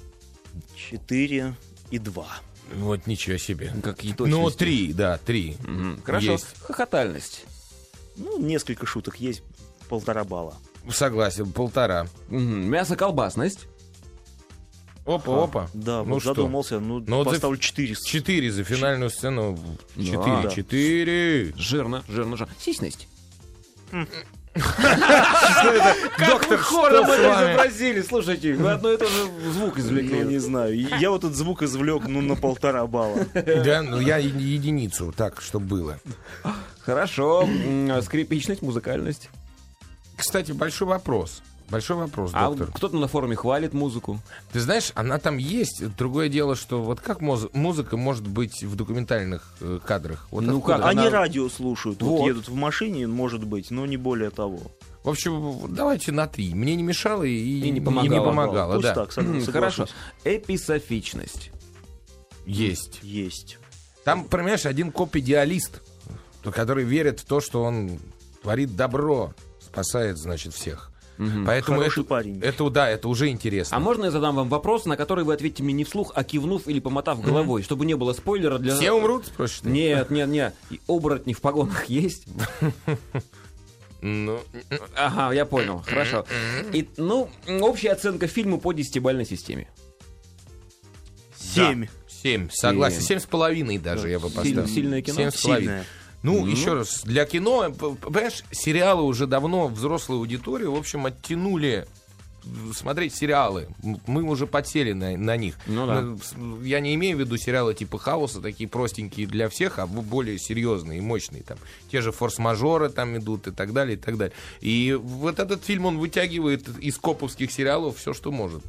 Четыре и два.
Вот ничего себе.
Как
Ну, три, да, три.
Хорошо.
Есть.
Хохотальность.
Ну, несколько шуток есть, полтора балла.
Согласен, полтора.
Мгм. Мясо-колбасность.
Опа, опа.
Да,
ну
вот
что?
задумался, ну,
Ну, вот за-
поставлю четыре. с-
Четыре за финальную сцену. Четыре,
Ну, а, Да.
четыре.
Жирно, жирно, жирно. Сисность.
Доктор, что с вами?
изобразили, слушайте, вы одно и то же звук
Ну, не знаю. Я вот этот звук извлек, ну, на полтора балла.
Да, ну я е- единицу, так, что было.
Хорошо, м, а, скрипичность, музыкальность.
Кстати, большой вопрос. Большой вопрос,
А
доктор.
кто-то на форуме хвалит музыку.
Ты знаешь, она там есть. Другое дело, что вот как моз- музыка может быть в документальных э, кадрах? Вот
Ну
откуда
как,
она-
Они радио слушают, вот.
Вот.
едут в машине, может быть, но не более того.
В общем, вот давайте на три. Мне не мешало и,
не
и не помогало.
помогало.
Пусть
да.
так,
М,
сог-
Хорошо.
соглашусь.
Эписофичность.
Есть.
Есть.
Там, понимаешь, один коп-идеалист, который верит в то, что он творит добро, спасает, значит, всех. Поэтому
Хороший
это,
парень.
это, э, да, это уже интересно.
А можно я задам вам вопрос, на который вы ответите мне не вслух, а кивнув или помотав головой, чтобы не было спойлера
А,
для...
Все умрут, спросишь ты?
Нет, нет, нет. И Оборотни в погонах есть?
Ну,
Ага, я
М-м-м.
понял, хорошо. И, ну, общая оценка фильма по десятибальной системе.
Семь.
семь, согласен.
Семь.
Семь с половиной даже я бы
Сильно-
поставил.
сильное кино?
Семь с половиной.
Сильное.
Ну, еще раз, для кино, п- п- понимаешь, сериалы уже давно взрослую аудиторию, в общем, оттянули смотреть сериалы. М- Мы уже подсели на, на них.
Ну да.
Ну, с- Я не имею в виду сериалы типа хаоса, такие простенькие для всех, а бо- более серьезные и мощные. Там. Те же форс-мажоры там идут и так далее, и так далее. И вот этот фильм, он вытягивает из коповских сериалов все, что может.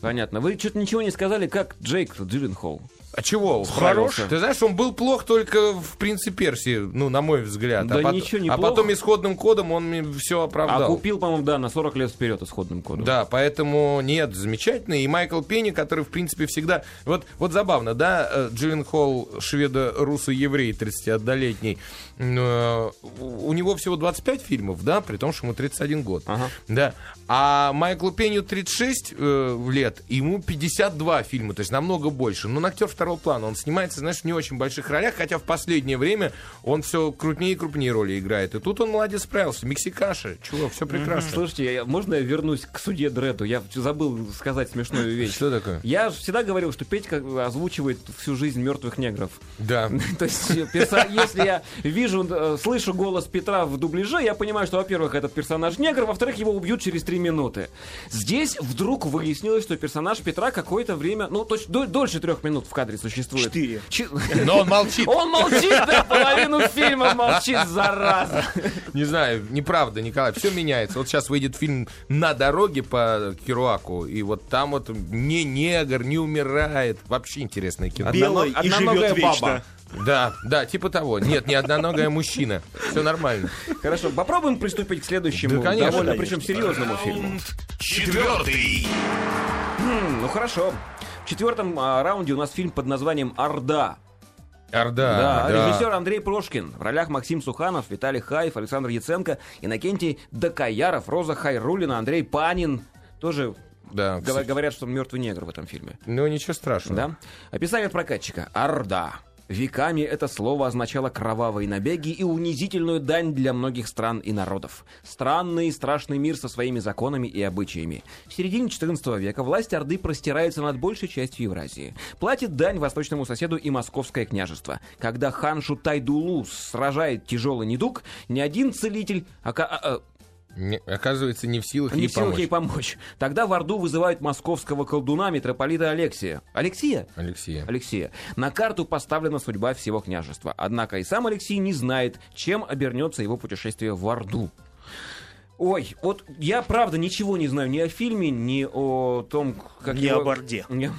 Понятно. Вы что-то ничего не сказали, как Джейк Джилленхол.
А чего?
Хорош.
Ты знаешь, он был плох только в «Принце Персии», ну, на мой взгляд.
Да
а пот-
ничего не
А
плохо.
потом исходным кодом он все
А
оправдал.
купил, по-моему, да, на 40 лет вперед исходным кодом.
Да, поэтому нет, замечательно. И Майкл Пенни, который, в принципе, всегда... Вот, вот забавно, да, э, Джиллен Холл, шведа руссо еврей 31-летний, э, у у него всего 25 фильмов, да, при том, что ему 31 год.
Ага.
Да. А Майклу Пенню 36 э, лет, ему 52 фильма, то есть намного больше. Но он актер второго плана, он снимается, знаешь, в не очень больших ролях, хотя в последнее время он все крупнее и крупнее роли играет. И тут он молодец справился. Мексикаша, чего, все прекрасно.
Слушайте, я- можно я вернусь к судье Дредду? Я забыл сказать смешную вещь.
Что такое?
Я ж всегда говорил, что Петька озвучивает всю жизнь мертвых негров.
Да.
То есть, э, перса- если я вижу, э, слышу голос Петра в дубляже, я понимаю, что, во-первых, этот персонаж негр, во-вторых, его убьют через три минуты. Здесь вдруг выяснилось, что персонаж Петра какое-то время, ну, то есть дол- дольше трех минут в кадре существует.
Четыре.
Чи-
Но он молчит.
Он молчит, да, половину фильма молчит, зараза.
Не знаю, неправда, Николай, все меняется. Вот сейчас выйдет фильм «На дороге» по Керуаку, и вот там вот не негр, не умирает. Вообще интересное кино.
Белый и
одноногая
живет
баба.
вечно.
Да, да, типа того. Нет, не одноногая мужчина. Все нормально.
Хорошо, попробуем приступить к следующему,
Да, конечно,
довольно
конечно.
причем серьезному фильму.
Четвертый.
М, Ну хорошо. В четвертом а, раунде у нас фильм под названием «Орда».
Орда.
Да,
да.
режиссер Андрей Прошкин. В ролях Максим Суханов, Виталий Хаев, Александр Яценко, Иннокентий Докаяров, Роза Хайрулина, Андрей Панин. Тоже
Да,
гов-
кстати.
говорят, что он мертвый негр в этом фильме.
Ну, ничего страшного.
Да? Описание от прокатчика. Орда. Веками это слово означало кровавые набеги и унизительную дань для многих стран и народов. Странный и страшный мир со своими законами и обычаями. В середине XIV века власть Орды простирается над большей частью Евразии. Платит дань восточному соседу и Московское княжество. Когда ханшу Тайдулу сражает тяжелый недуг, ни один целитель... ока- а- а,
Не- оказывается, не в силах
не
ей
в силах
помочь.
ей помочь. Тогда в Орду вызывают московского колдуна митрополита Алексия. Алексия?
Алексея.
Алексея. На карту поставлена судьба всего княжества. Однако и сам Алексей не знает, чем обернется его путешествие в Орду. Ой, вот я правда ничего не знаю ни о фильме, ни о том, как
Не
его-
о Борде.
Не,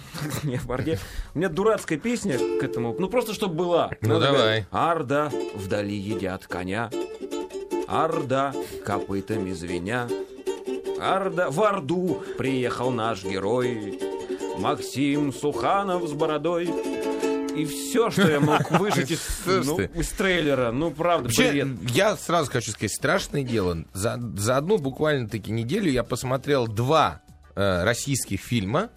не о Борде. У меня дурацкая песня к этому. Ну просто чтобы была.
Ну,
Она такая,
давай.
Арда вдали едят коня. Арда копытами звеня. Арда в Орду приехал наш герой. Максим Суханов с бородой. И все, что я мог выжить из,
Слышь
ну,
ты.
из трейлера. Ну, правда,
Вообще,
бред.
я сразу хочу сказать, страшное дело. За, за одну буквально-таки неделю я посмотрел два э, российских фильма,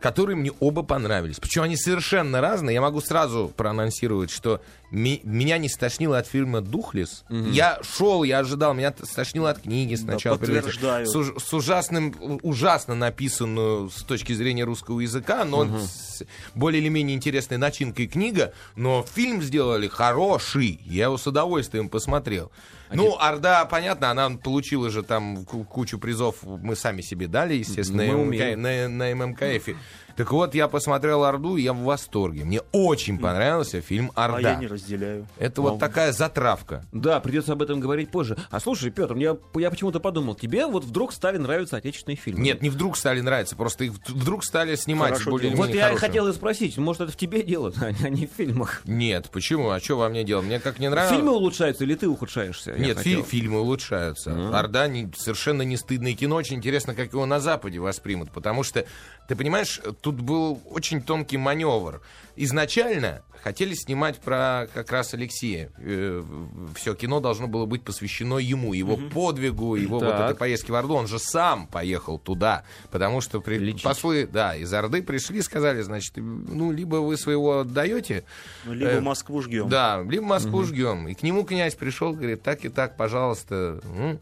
которые мне оба понравились. Причем они совершенно разные. Я могу сразу проанонсировать, что ми- меня не стошнило от фильма «Духлес». Я шел, я ожидал, меня т- стошнило от книги сначала. понимаете.
подтверждаю.
С, уж- с ужасным, ужасно написанную с точки зрения русского языка, но с более или менее интересной начинкой книга. Но фильм сделали хороший. Я его с удовольствием посмотрел. Ну, Орда, понятно, она получила же там ку- кучу призов. Мы сами себе дали, естественно,
Мы
на,
умеем.
МК на, на ММКФ. Так вот, я посмотрел «Орду», и я в восторге. Мне очень понравился фильм
А
«Орда».
я не разделяю.
Это вот такая затравка.
Да, придется об этом говорить позже. А слушай, Петр, я, я почему-то подумал, тебе вот вдруг стали нравятся отечественные фильмы.
Нет, не вдруг стали нравиться, просто их в- вдруг стали снимать
Хорошо
более
делают.
Вот я и хотел и спросить, может, это в тебе дело, а не- а не в фильмах.
Нет, почему? А что во мне дело? Мне как не нравилось.
Фильмы улучшаются или ты ухудшаешься? Я
Нет, фи-
хотел.
фильмы улучшаются. Орда не- совершенно не стыдное кино. Очень интересно, как его на Западе воспримут. Потому что, ты понимаешь, тут был очень тонкий маневр. Изначально хотели снимать про как раз Алексея. все кино должно было быть посвящено ему, его подвигу, его вот
Так.
этой поездки в Орду. Он же сам поехал туда. Потому что при- послы да, из Орды пришли и сказали, значит, ну, либо вы своего отдаете,
Ну, Либо
Э,
Москву жгем.
да, либо Москву жгем. И к нему князь пришел, говорит, так и так, пожалуйста. М.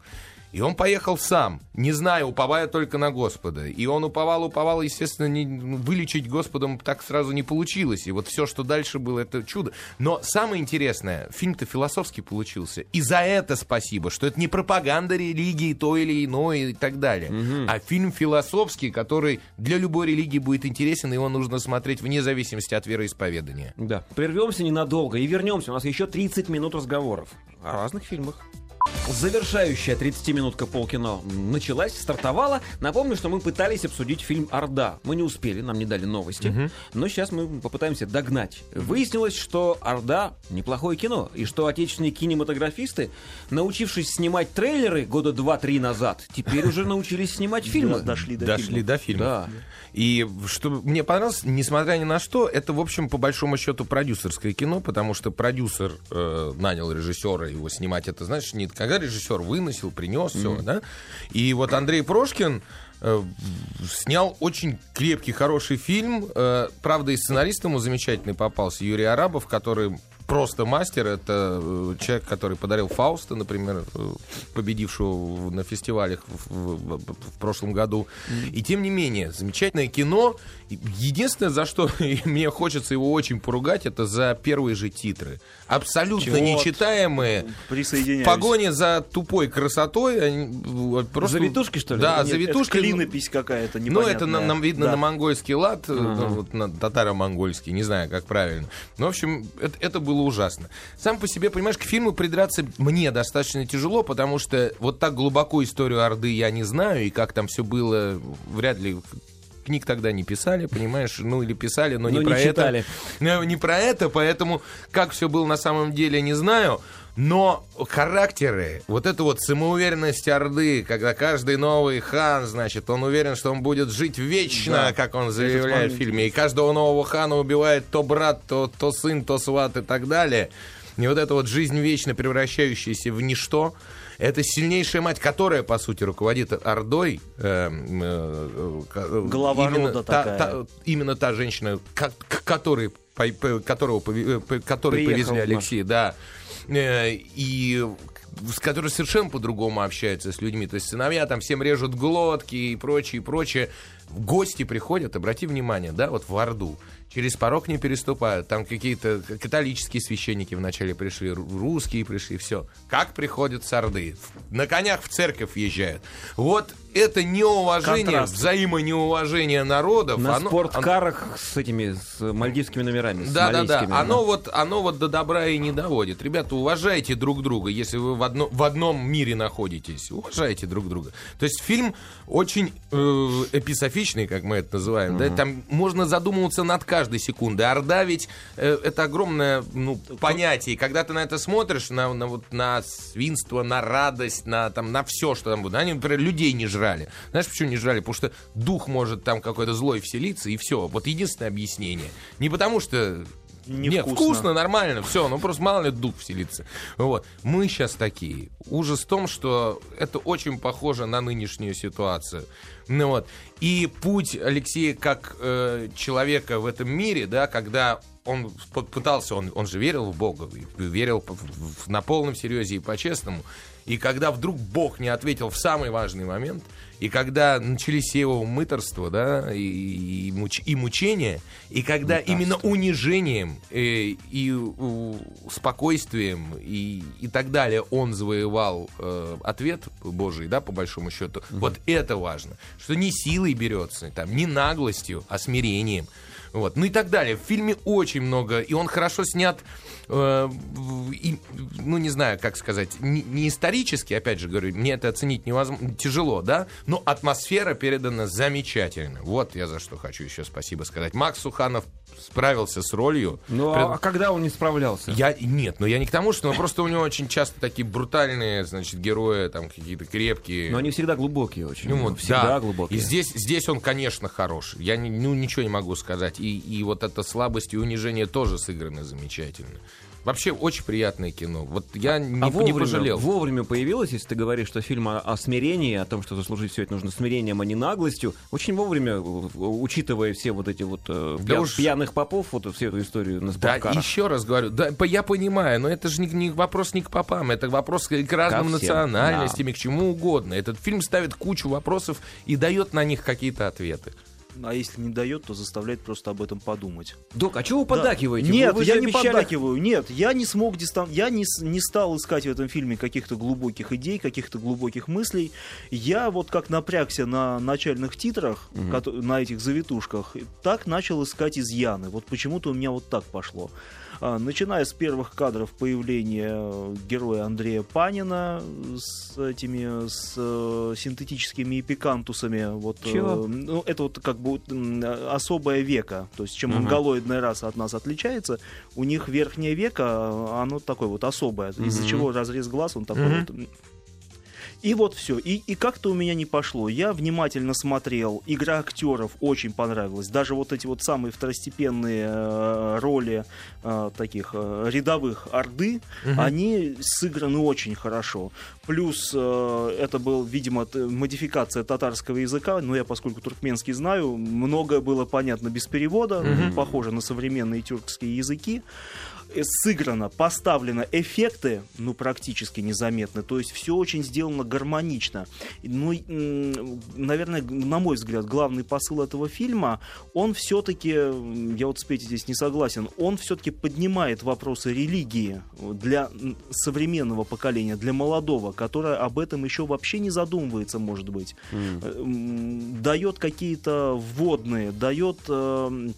И он поехал сам, не знаю, уповая только на Господа. И он уповал, уповал, естественно, не, ну, вылечить Господом так сразу не получилось. И вот все, что дальше было, это чудо. Но самое интересное, фильм-то философский получился. И за это спасибо, что это не пропаганда религии той или иной и так далее, а фильм философский, который для любой религии будет интересен, его нужно смотреть вне зависимости от вероисповедания.
Да. Прервемся ненадолго и вернемся. У нас еще 30 минут разговоров о разных фильмах. Завершающая 30-минутка полкино началась, стартовала. Напомню, что мы пытались обсудить фильм «Орда». Мы не успели, нам не дали новости. Но сейчас мы попытаемся догнать. Выяснилось, что «Орда» — неплохое кино. И что отечественные кинематографисты, научившись снимать трейлеры года 2-3 назад, теперь уже научились снимать
Дела
фильмы.
Дошли до
Дошли
фильма.
до фильма.
Да.
И что мне понравилось, несмотря ни на что, это, в общем, по большому счету продюсерское кино, потому что продюсер э, нанял режиссера его снимать. Это значит, не когда режиссер выносил, принес все, да? И вот Андрей Прошкин э, снял очень крепкий, хороший фильм. Э, правда, и сценарист ему замечательный попался, Юрий Арабов, который просто мастер. Это э, человек, который подарил Фауста, например, э, победившего в- на фестивалях в, в- в- в прошлом году. И тем не менее, замечательное кино. И Единственное, за что и мне хочется его очень поругать, это за первые же титры. Абсолютно нечитаемые. В
Присоединяюсь.
погоне за тупой красотой. они, э, Просто...
Завитушки, что ли?
Да,
Нет,
завитушки.
это клинопись какая-то
А Ну,
непонятная.
это нам, нам видно
Да.
на монгольский лад, э, ну, вот на татаро-монгольский, не знаю, как правильно. Но, в общем, это, это было ужасно. Сам по себе, понимаешь, к фильму придраться мне достаточно тяжело, потому что вот так глубоко историю Орды я не знаю, и как там все было, вряд ли книг тогда не писали, понимаешь, ну или писали, но,
Но
не
не
про
читали.
это. Ну, не про это, поэтому как все было на самом деле, не знаю. Но характеры, вот это вот самоуверенность Орды, когда каждый новый хан, значит, он уверен, что он будет жить вечно, как он заявляет в фильме, и каждого нового хана убивает то брат, то, то сын, то сват и так далее. И вот эта вот жизнь вечно превращающаяся в ничто, это сильнейшая мать, которая, по сути, руководит Ордой. эм, э, э, ка- э,
Глава
именно
рода
та-
такая.
та- э, именно та женщина, ко- к которой, по- по- которого, пове- э, по- которой
Приехал
повезли
наш.
Алексей, да, Э, и с которой совершенно по-другому общается с людьми. То есть сыновья там всем режут глотки и прочее, и прочее. Гости приходят, обрати внимание, да, вот в Орду. Через порог не переступают. Там какие-то католические священники вначале пришли, ру- русские пришли, все. Как приходят с Орды? На конях в церковь езжают. Вот это неуважение,
Контраст.
взаимонеуважение народов.
На
оно-
спорткарах с этими, с мальдивскими номерами. с
да, да, да.
малийскими,
Оно вот, оно вот до добра и не доводит. Ребята, уважайте друг друга, если вы в, одно- в одном мире находитесь. Уважайте друг друга. То есть фильм очень э, эписофичный, как мы это называем. да. Там можно задумываться над каждой секундой. Орда ведь э, это огромное ну, понятие. И когда ты на это смотришь, на, на вот, на свинство, на радость, на, там, на все, что там было. Они, например, людей не жрали. Знаешь, почему не жрали? Потому что дух может там какой-то злой вселиться, и все. Вот единственное объяснение. Не потому что нет,
Невкусно.
вкусно, нормально, все, ну просто мало ли дух вселится. Вот. Мы сейчас такие. Ужас в том, что это очень похоже на нынешнюю ситуацию. Ну вот. И путь Алексея как э, человека в этом мире, да, когда он п- пытался, он, он же верил в Бога, и верил п- в- в- на полном серьезе и по-честному. И когда вдруг Бог не ответил в самый важный момент, и когда начались его мыторство, да, и, и, муч- и мучения, и когда именно унижением э, и у- спокойствием и, и так далее он завоевал э, ответ Божий, да, по большому счету, вот это важно, что не силой берется, там, не наглостью, а смирением. Вот, ну и так далее. В фильме очень много, и он хорошо снят, э, в- и, ну не знаю, как сказать, не, не исторически, опять же говорю, мне это оценить невозможно, тяжело, да, но атмосфера передана замечательно. Вот я за что хочу еще спасибо сказать. Макс Суханов справился с ролью.
Ну,
Пред-
а, а когда он не справлялся?
я нет, но я не к тому, что, но просто у него очень часто такие брутальные, значит, герои, там какие-то крепкие.
Но Ну, они всегда глубокие очень.
Ну вот,
всегда
да.
глубокие.
И здесь, здесь он, конечно, хорош. Я не- ну, ничего не могу сказать. И, и вот эта слабость и унижение тоже сыграны замечательно. Вообще очень приятное кино. Вот я не,
а
не
вовремя,
пожалел.
вовремя появилось, если ты говоришь, что фильм о, о смирении, о том, что заслужить все это нужно смирением, а не наглостью, очень вовремя, э, учитывая все вот эти вот э,
Да
пья-
уж.
пьяных попов, вот всю эту историю на
Да,
Спорткарах.
еще раз говорю, да, по- я понимаю, но это же не, не вопрос не к попам, это вопрос к, к разным
всем,
национальностям, и к чему угодно. Этот фильм ставит кучу вопросов и дает на них какие-то ответы.
А если не дает, то заставляет просто об этом подумать.
Док, а чего вы поддакиваете?
Нет,
Вы- вы же
я не
обещали-
поддакиваю. Нет, я не смог дистан... Я не, с- не стал искать в этом фильме каких-то глубоких идей, каких-то глубоких мыслей. Я вот как напрягся на начальных титрах, кото- на этих завитушках, так начал искать изъяны. Вот почему-то у меня вот так пошло. А, Начиная с первых кадров появления э, героя Андрея Панина с этими с э, синтетическими эпикантусами, вот э,
Чего?
ну, это вот как бы м, э, особое века. То есть, чем
Мгм.
монголоидная раса от нас отличается, у них верхнее веко, э, оно такое вот особое, из-за чего разрез глаз, он такой вот. м. И вот все. И, и как-то у меня не пошло. Я внимательно смотрел. Игра актеров очень понравилась. Даже вот эти вот самые второстепенные э, роли э, таких э, рядовых орды, они сыграны очень хорошо. Плюс э, это был, видимо, т- модификация татарского языка, но я, поскольку туркменский знаю, многое было понятно без перевода, похоже на современные тюркские языки. Э, Сыграно, поставлено эффекты, ну, практически незаметны. То есть все очень сделано гармонично. Ну, и, м, наверное, г- на мой взгляд, главный посыл этого фильма, он все-таки, я вот с Петей здесь не согласен, он все-таки поднимает вопросы религии для м, современного поколения, для молодого, которое об этом еще вообще не задумывается, может быть. Эм, Дает какие-то вводные, дает... эм,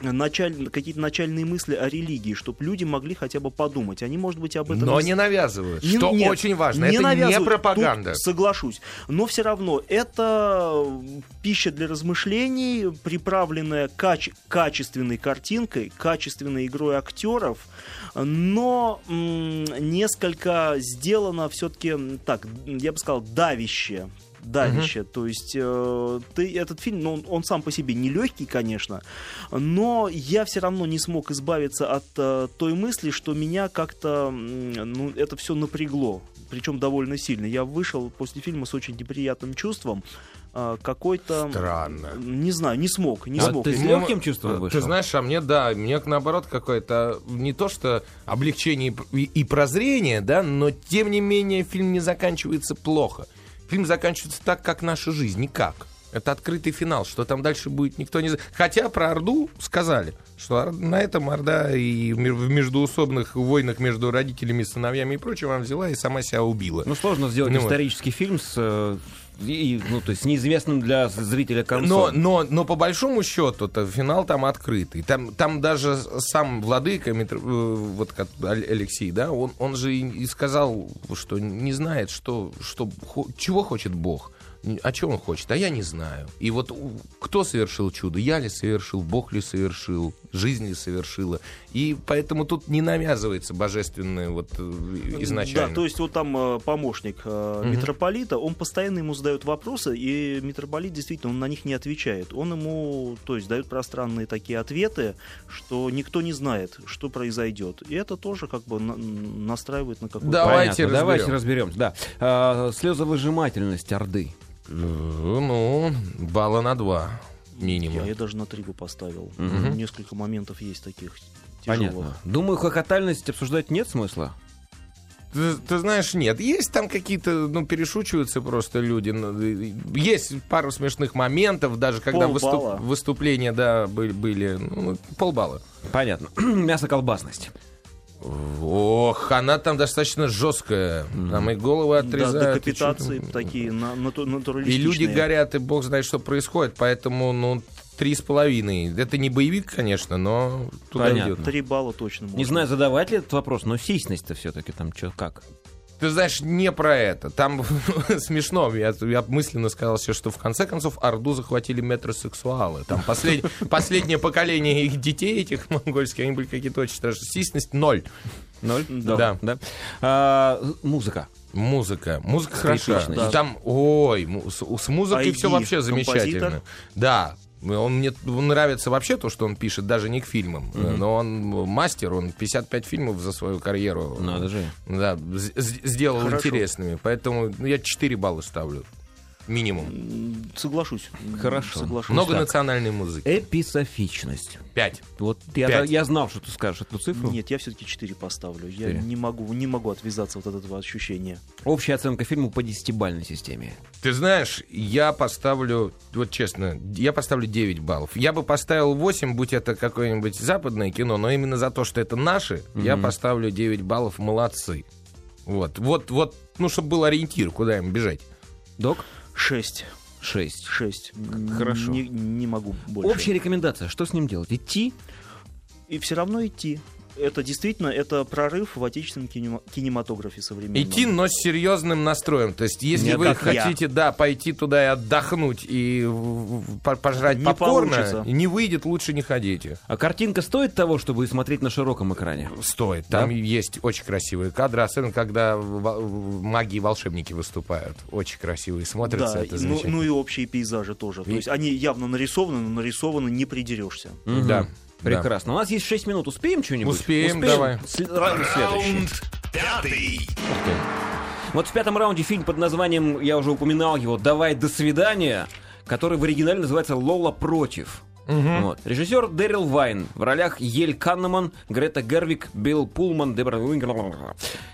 началь- какие-то начальные мысли о религии, чтобы люди могли хотя бы подумать. Они, может быть, об этом
Но
не
не навязывают,
не-
что
нет,
очень важно. это не
навязывают.
пропаганда.
Тут соглашусь. Но все равно это э, пища для размышлений, приправленная каче- качественной картинкой, качественной игрой актеров, но м, несколько сделано все-таки так, я бы сказал, давище. Давище. То есть э, ты, этот фильм, ну, он, он сам по себе нелегкий, конечно, но я все равно не смог избавиться от э, той мысли, что меня как-то м, ну, это все напрягло, причем довольно сильно. Я вышел после фильма с очень неприятным чувством, э, какой-то...
Странно.
Не знаю, не смог, не
А
смог.
ты с
Ну,
легким чувством вышел?
Ты знаешь, а мне, да, мне наоборот какое-то не то что облегчение и пр- и, и прозрение, да, но тем не менее фильм не заканчивается плохо. Фильм заканчивается так, как наша жизнь, никак. Это открытый финал, что там дальше будет, никто не знает. Хотя про Орду сказали, что ор- на этом Орда и в мер- в междуусобных войнах между родителями, сыновьями и прочим она взяла и сама себя убила.
Ну, сложно сделать
Ну, вот.
исторический фильм с, э, и- и, ну, то есть, с неизвестным для зрителя
Но,
концом.
но, но по большому счету то финал там открытый. Там, там даже сам владыка, митр- э, вот как Ал- Алексей, да, он, он же и и сказал, что не знает, что, что, хо- чего хочет Бог. Н- О чем он хочет? А я не знаю. И вот у- кто совершил чудо? Я ли совершил, Бог ли совершил, жизнь ли совершила. И поэтому тут не навязывается божественное вот э, изначально.
Да, то есть вот там э, помощник э, митрополита, он постоянно ему задает вопросы, и митрополит действительно он на них не отвечает. Он ему, то есть, дает пространные такие ответы, что никто не знает, что произойдет. И это тоже как бы на- настраивает на какую-то...
Да,
Понятно,
Давайте
давайте разберемся. Да. А, слезовыжимательность Орды.
Э, Ну, балла на два
Я
минимум.
её даже на три бы поставил. Несколько моментов есть таких тяжелых.
Понятно. Думаю, хохотальность обсуждать нет смысла.
Ты, ты знаешь, нет. Есть там какие-то, ну, перешучиваются просто люди. Ну, Есть пару смешных моментов, даже когда выступ-
Полбалла.
выступления, да, были, были ну, полбалла.
Понятно. Мясо-колбасность.
Ох, она там достаточно жесткая. Там и головы
Да,
отрезают. и
декапитации
чё там.
такие на, нату-
И
натуралистичные.
люди горят, и бог знает, что происходит. Поэтому, ну, три с половиной. Это не боевик, конечно, но туда
Понятно.
идет.
Три балла точно.
Не
можно.
знаю, задавать ли этот вопрос, но сисьность-то все-таки там что, как?
Ты знаешь, не про это. Там смешно. Я, я мысленно сказал себе, что в конце концов Орду захватили метросексуалы. Там послед- последнее поколение их детей, этих монгольских, они были какие-то очень страшные. Сисность ноль.
Ноль?
Да.
да. А, музыка.
Музыка. Музыка хороша.
Критичность.
Там, ой, му- с, с музыкой
ID,
все вообще замечательно.
композитор.
Да. Он мне нравится вообще то, что он пишет, даже не к фильмам. Но он мастер, он 55 фильмов за свою карьеру
Надо же.
Да, з- з- сделал
Хорошо.
интересными. Поэтому ну, я 4 балла ставлю. Минимум.
М, Соглашусь.
Хорошо.
Соглашусь.
Много национальной музыки.
Эписофичность.
5.
Вот я,
Пять.
я знал, что ты скажешь эту цифру.
Нет, я все-таки 4 поставлю.
Четыре.
Я не могу, не могу отвязаться вот от этого ощущения.
Общая оценка фильма по десятибальной системе.
Ты знаешь, я поставлю, вот честно, я поставлю 9 баллов. Я бы поставил 8, будь это какое-нибудь западное кино, но именно за то, что это наши, я поставлю 9 баллов. Молодцы. Вот, вот, вот, ну, чтобы был ориентир, куда им бежать.
Док?
6.
Шесть.
6.
Хорошо.
Не, не могу больше.
Общая рекомендация. Что с ним делать? Идти?
И все равно идти. Это действительно, это прорыв в отечественном кинема- кинематографе современном.
Идти, но с серьезным настроем. То есть, если
Не
вы
как я.
хотите, да, пойти туда и отдохнуть, и в- в- по- пожрать
Не
попкорна,
получится.
не выйдет, лучше не ходите.
А картинка стоит того, чтобы смотреть на широком экране?
Стоит. Там есть очень красивые кадры, особенно когда во- в- маги и волшебники выступают. Очень красивые смотрятся.
Да,
это
и- ну,
замечательно.
ну и общие пейзажи тоже. То есть они явно нарисованы, но нарисованы не придерешься.
Мгм.
Да.
Прекрасно. У нас есть 6 минут. Успеем что-нибудь?
Успеем, давай.
Сле- раунд следующий.
Пятый.
Вот в пятом раунде фильм под названием, я уже упоминал его, «Давай до свидания», который в оригинале называется «Лола против». Вот. Режиссер Дэрил Вайн в ролях Ель Каннеман, Грета Гервик, Билл Пулман, Дебра Уингер.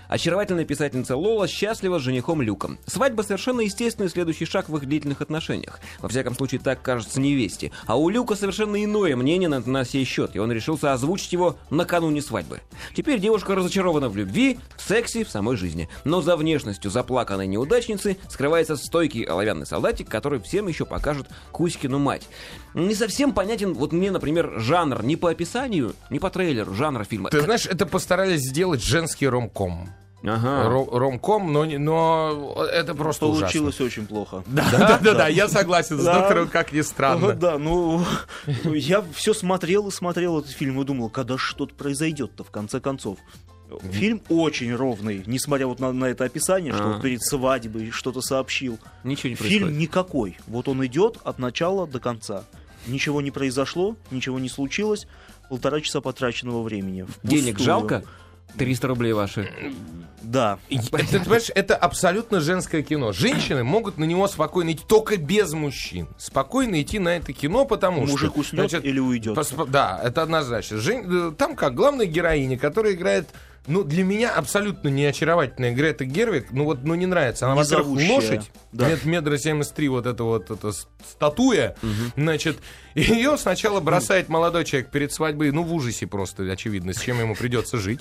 Очаровательная писательница Лола счастлива с женихом Люком. Свадьба совершенно естественный следующий шаг в их длительных отношениях. Во всяком случае, так кажется невесте. А у Люка совершенно иное мнение на, на сей счет, и он решился озвучить его накануне свадьбы. Теперь девушка разочарована в любви, в сексе, в самой жизни. Но за внешностью заплаканной неудачницы скрывается стойкий оловянный солдатик, который всем еще покажет Кузькину мать. Не совсем понятен, вот мне, например, жанр ни по описанию, ни по трейлеру жанра фильма.
Ты знаешь, это постарались сделать женский ромком.
А.
Ага.
Ро- ромком, но, не- но это просто
Получилось очень плохо.
ужасно. Да, да, да, да, я согласен с
Да.
доктором, как ни
Ага,
странно.
да, ну я все смотрел и смотрел этот фильм и думал, когда ж что-то произойдет-то в конце концов. Фильм очень ровный, несмотря вот на, на это описание, что
А.
вот перед свадьбой что-то сообщил.
Ничего не происходит.
Фильм никакой. Вот он идет от начала до конца. Ничего не произошло, ничего не случилось. Полтора часа потраченного времени. впустую.
Денег жалко? 300 рублей ваши.
Да.
И Это, ты понимаешь, это абсолютно женское кино. Женщины могут на него спокойно идти, только без мужчин. Спокойно идти на это кино, потому что...
Мужик уснет
значит,
или уйдет.
Посп- Да, это однозначно. Жень- э, Там как главная героиня, которая играет, ну, для меня абсолютно неочаровательная Грета Гервик, ну вот, ну не нравится. Она,
Не
во-первых,
зовущая.
лошадь,
Да.
мет- метра 73 вот эта вот эта с- статуя, значит, ее сначала бросает молодой человек перед свадьбой, ну, в ужасе просто, очевидно, с чем ему придется жить.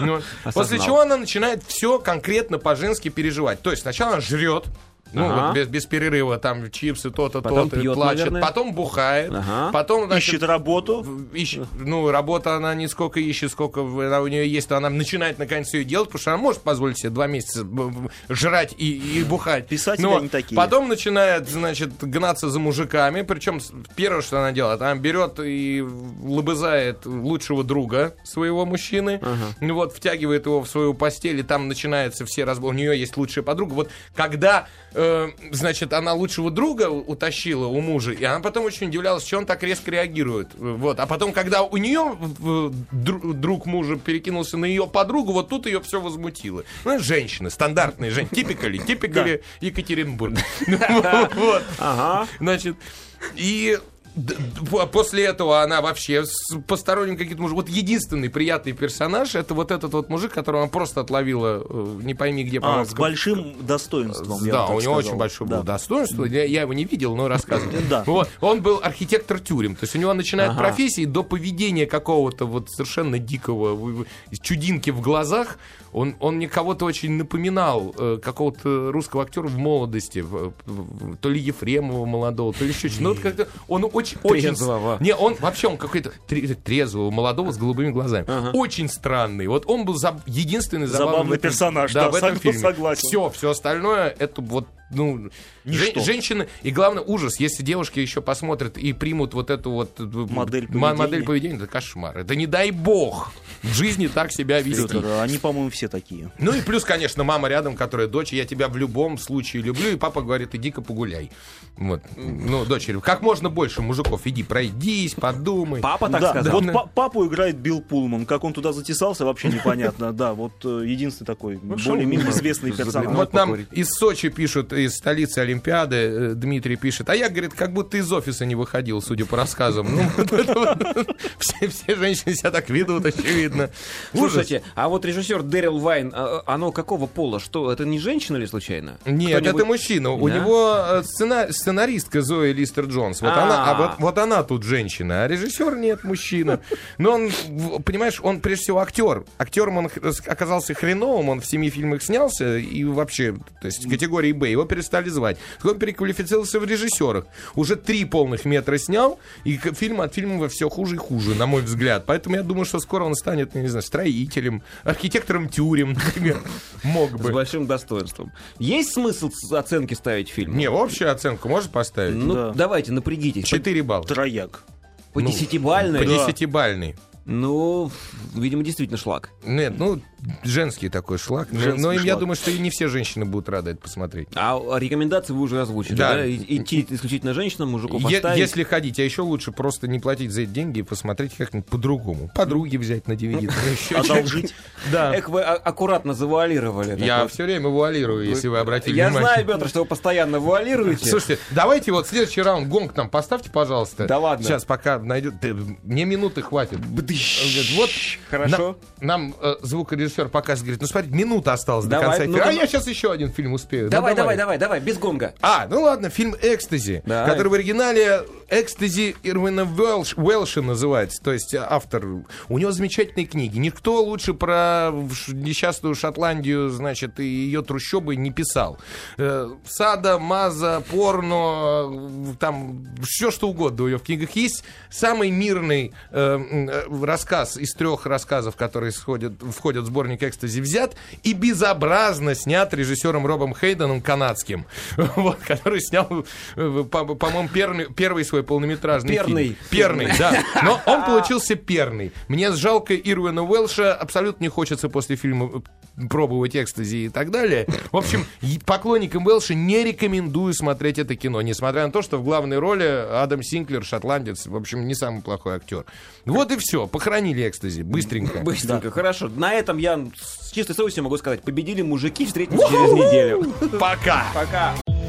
Ну, После
Осознал.
чего она начинает все конкретно по-женски переживать. То есть сначала она жрет, ну,
Ага.
вот без, без перерыва, там, чипсы, то-то,
Потом
то-то, и
пьет,
плачет.
наверное.
Потом бухает,
Ага.
потом, значит,
Ищет работу.
ищет- ну, работа она не сколько ищет, сколько в- она у нее есть, то она начинает наконец ее делать, потому что она может позволить себе два месяца б- б- жрать и, и бухать.
Писатели
Но
они такие.
Потом начинает, значит, гнаться за мужиками, причем с- первое, что она делает, она берет и лобызает лучшего друга своего мужчины, ну вот, втягивает его в свою постель, и там начинаются все разборы. У нее есть лучшая подруга. Вот когда, э, значит, она лучшего друга утащила у мужа, и она потом очень удивлялась, что он так резко реагирует. Вот. А потом, когда у нее э, дру- друг мужа перекинулся на ее подругу, вот тут ее все возмутило. Ну, женщины, стандартные женщины, типикали, типикали Екатеринбург. Вот. Значит, и Д- д- по- После этого она вообще с посторонним каким-то мужиком. Вот единственный приятный персонаж это вот этот вот мужик, которого она просто отловила, э, не пойми где,
А,
по-моему,
с
в
большим достоинством. я
Да,
бы так
у него
сказал.
очень большое было
Да.
достоинство. Я, я его не видел, но рассказывал.
Да.
Вот. Он был архитектор тюрем. То есть у него начинает профессии до поведения какого-то вот совершенно дикого вы- вы- чудинки в глазах. Он, он мне кого-то очень напоминал, э, какого-то русского актера в молодости, в- в- в- то ли Ефремова молодого, то ли еще чего-то. Ну, вот как-то он очень... очень
Трезвого.
Не, он вообще он какой-то тре- трезвого, молодого, с голубыми глазами. Очень странный. Вот он был за- единственный забавный,
Забавный
в этом-
персонаж, да,
в этом
сог-
фильме.
согласен.
Все, все, все остальное это вот ну жен-
Ничто.
женщины и главное ужас, если девушки еще посмотрят и примут вот эту вот э,
Модель
м-
поведения.
модель поведения, это кошмар. Это не дай бог в жизни так себя вести.
Петр, а они, по-моему, все такие.
Ну и плюс, конечно, мама рядом, которая дочь, я тебя в любом случае люблю, и папа говорит, иди-ка погуляй. Вот, ну дочери, как можно больше мужиков, иди пройдись, подумай.
Папа так
да,
сказал.
вот па- папу играет Билл Пулман. Как он туда затесался, вообще непонятно. Да, вот э, единственный такой более-менее известный персонаж.
Вот нам из Сочи пишут, из столицы Олимпиады, э, Дмитрий пишет, а я, говорит, как будто из офиса не выходил, судя по рассказам. Ну, вот это вот. Все все женщины себя так ведут, очевидно. Ужас.
Слушайте, а вот режиссер Дэрил Вайн, а, а, оно какого пола? Что, это не женщина ли случайно?
Нет, ну
Кто-нибудь-
это мужчина. У
Да?
него э, сцена- сценаристка Зои Листер Джонс. Вот
А.
она, а вот, вот она тут женщина, а режиссер нет, мужчина. Но он, в- понимаешь, он прежде всего актер. Актером он х- с- оказался хреновым, он в семи фильмах снялся и вообще, то есть категории Б, его перестали звать. Так Он переквалифицировался в режиссерах. Уже три полных метра снял, и к- фильм от фильма все хуже и хуже, на мой взгляд. Поэтому я думаю, что скоро он станет, я не знаю, строителем, архитектором тюрем, например. Мог
С
бы.
большим достоинством. Есть смысл с- оценки ставить фильм?
Не, общую оценку можешь поставить?
Ну,
Да.
давайте, напрягитесь.
4 балла.
Трояк.
По
ну,
десятибальной?
По десятибальный.
Ну, ф- видимо, действительно шлак.
Нет, ну, женский такой шлак.
Женский
Но им, я
шлак.
думаю, что и не все женщины будут рады это посмотреть.
А рекомендации вы уже озвучили,
Да.
да? И- Идти исключительно женщинам, мужиков
Е-
оставить.
если ходить, а еще лучше просто не платить за эти деньги и посмотреть как-нибудь по-другому. Подруги взять на DVD. ну, еще
А Одолжить.
что-нибудь. Да.
Эх, вы а- аккуратно завуалировали. это.
Я все время вуалирую, если вы обратили
Я
внимание.
знаю, Петр, что вы постоянно вуалируете.
Слушайте, давайте вот следующий раунд гонг нам поставьте, пожалуйста.
Да ладно.
Сейчас пока найдет. Да, Мне минуты хватит. Вот
Хорошо.
на- нам э, звукорежиссер показывает, говорит, ну смотри, минута осталась
Давай,
до конца.
ну,
эфира. а
давай.
я сейчас еще один фильм успею. Ну,
Давай, давай, давай, давай, без гонга.
А, ну ладно, фильм «Экстази»,
Да.
который в оригинале «Экстази» Ирвина Уэлш- Уэлша называется, то есть э, автор. У него замечательные книги. Никто лучше про ш- несчастную Шотландию, значит, и ее трущобы не писал. Э, Сада, маза, порно, э, там все что угодно у нее в книгах есть. Самый мирный э, м, э, рассказ из трех рассказов, которые сходят, входят в сборник «Экстази» взят и безобразно снят режиссером Робом Хейденом канадским, вот, который снял, э, по- по-моему, перный- первый свой полнометражный
Перный.
фильм. Перный, да. Но он получился перный. Мне жалко Ирвина Уэлша, абсолютно не хочется после фильма э, пробовать экстази и так далее. В общем, и поклонникам Уэлша не рекомендую смотреть это кино, несмотря на то, что в главной роли Адам Синклер, шотландец, в общем, не самый плохой актер. Вот и все, похоронили экстази, быстренько.
Быстренько, хорошо. На этом я с чистой совестью могу сказать, победили мужики, встретимся через неделю.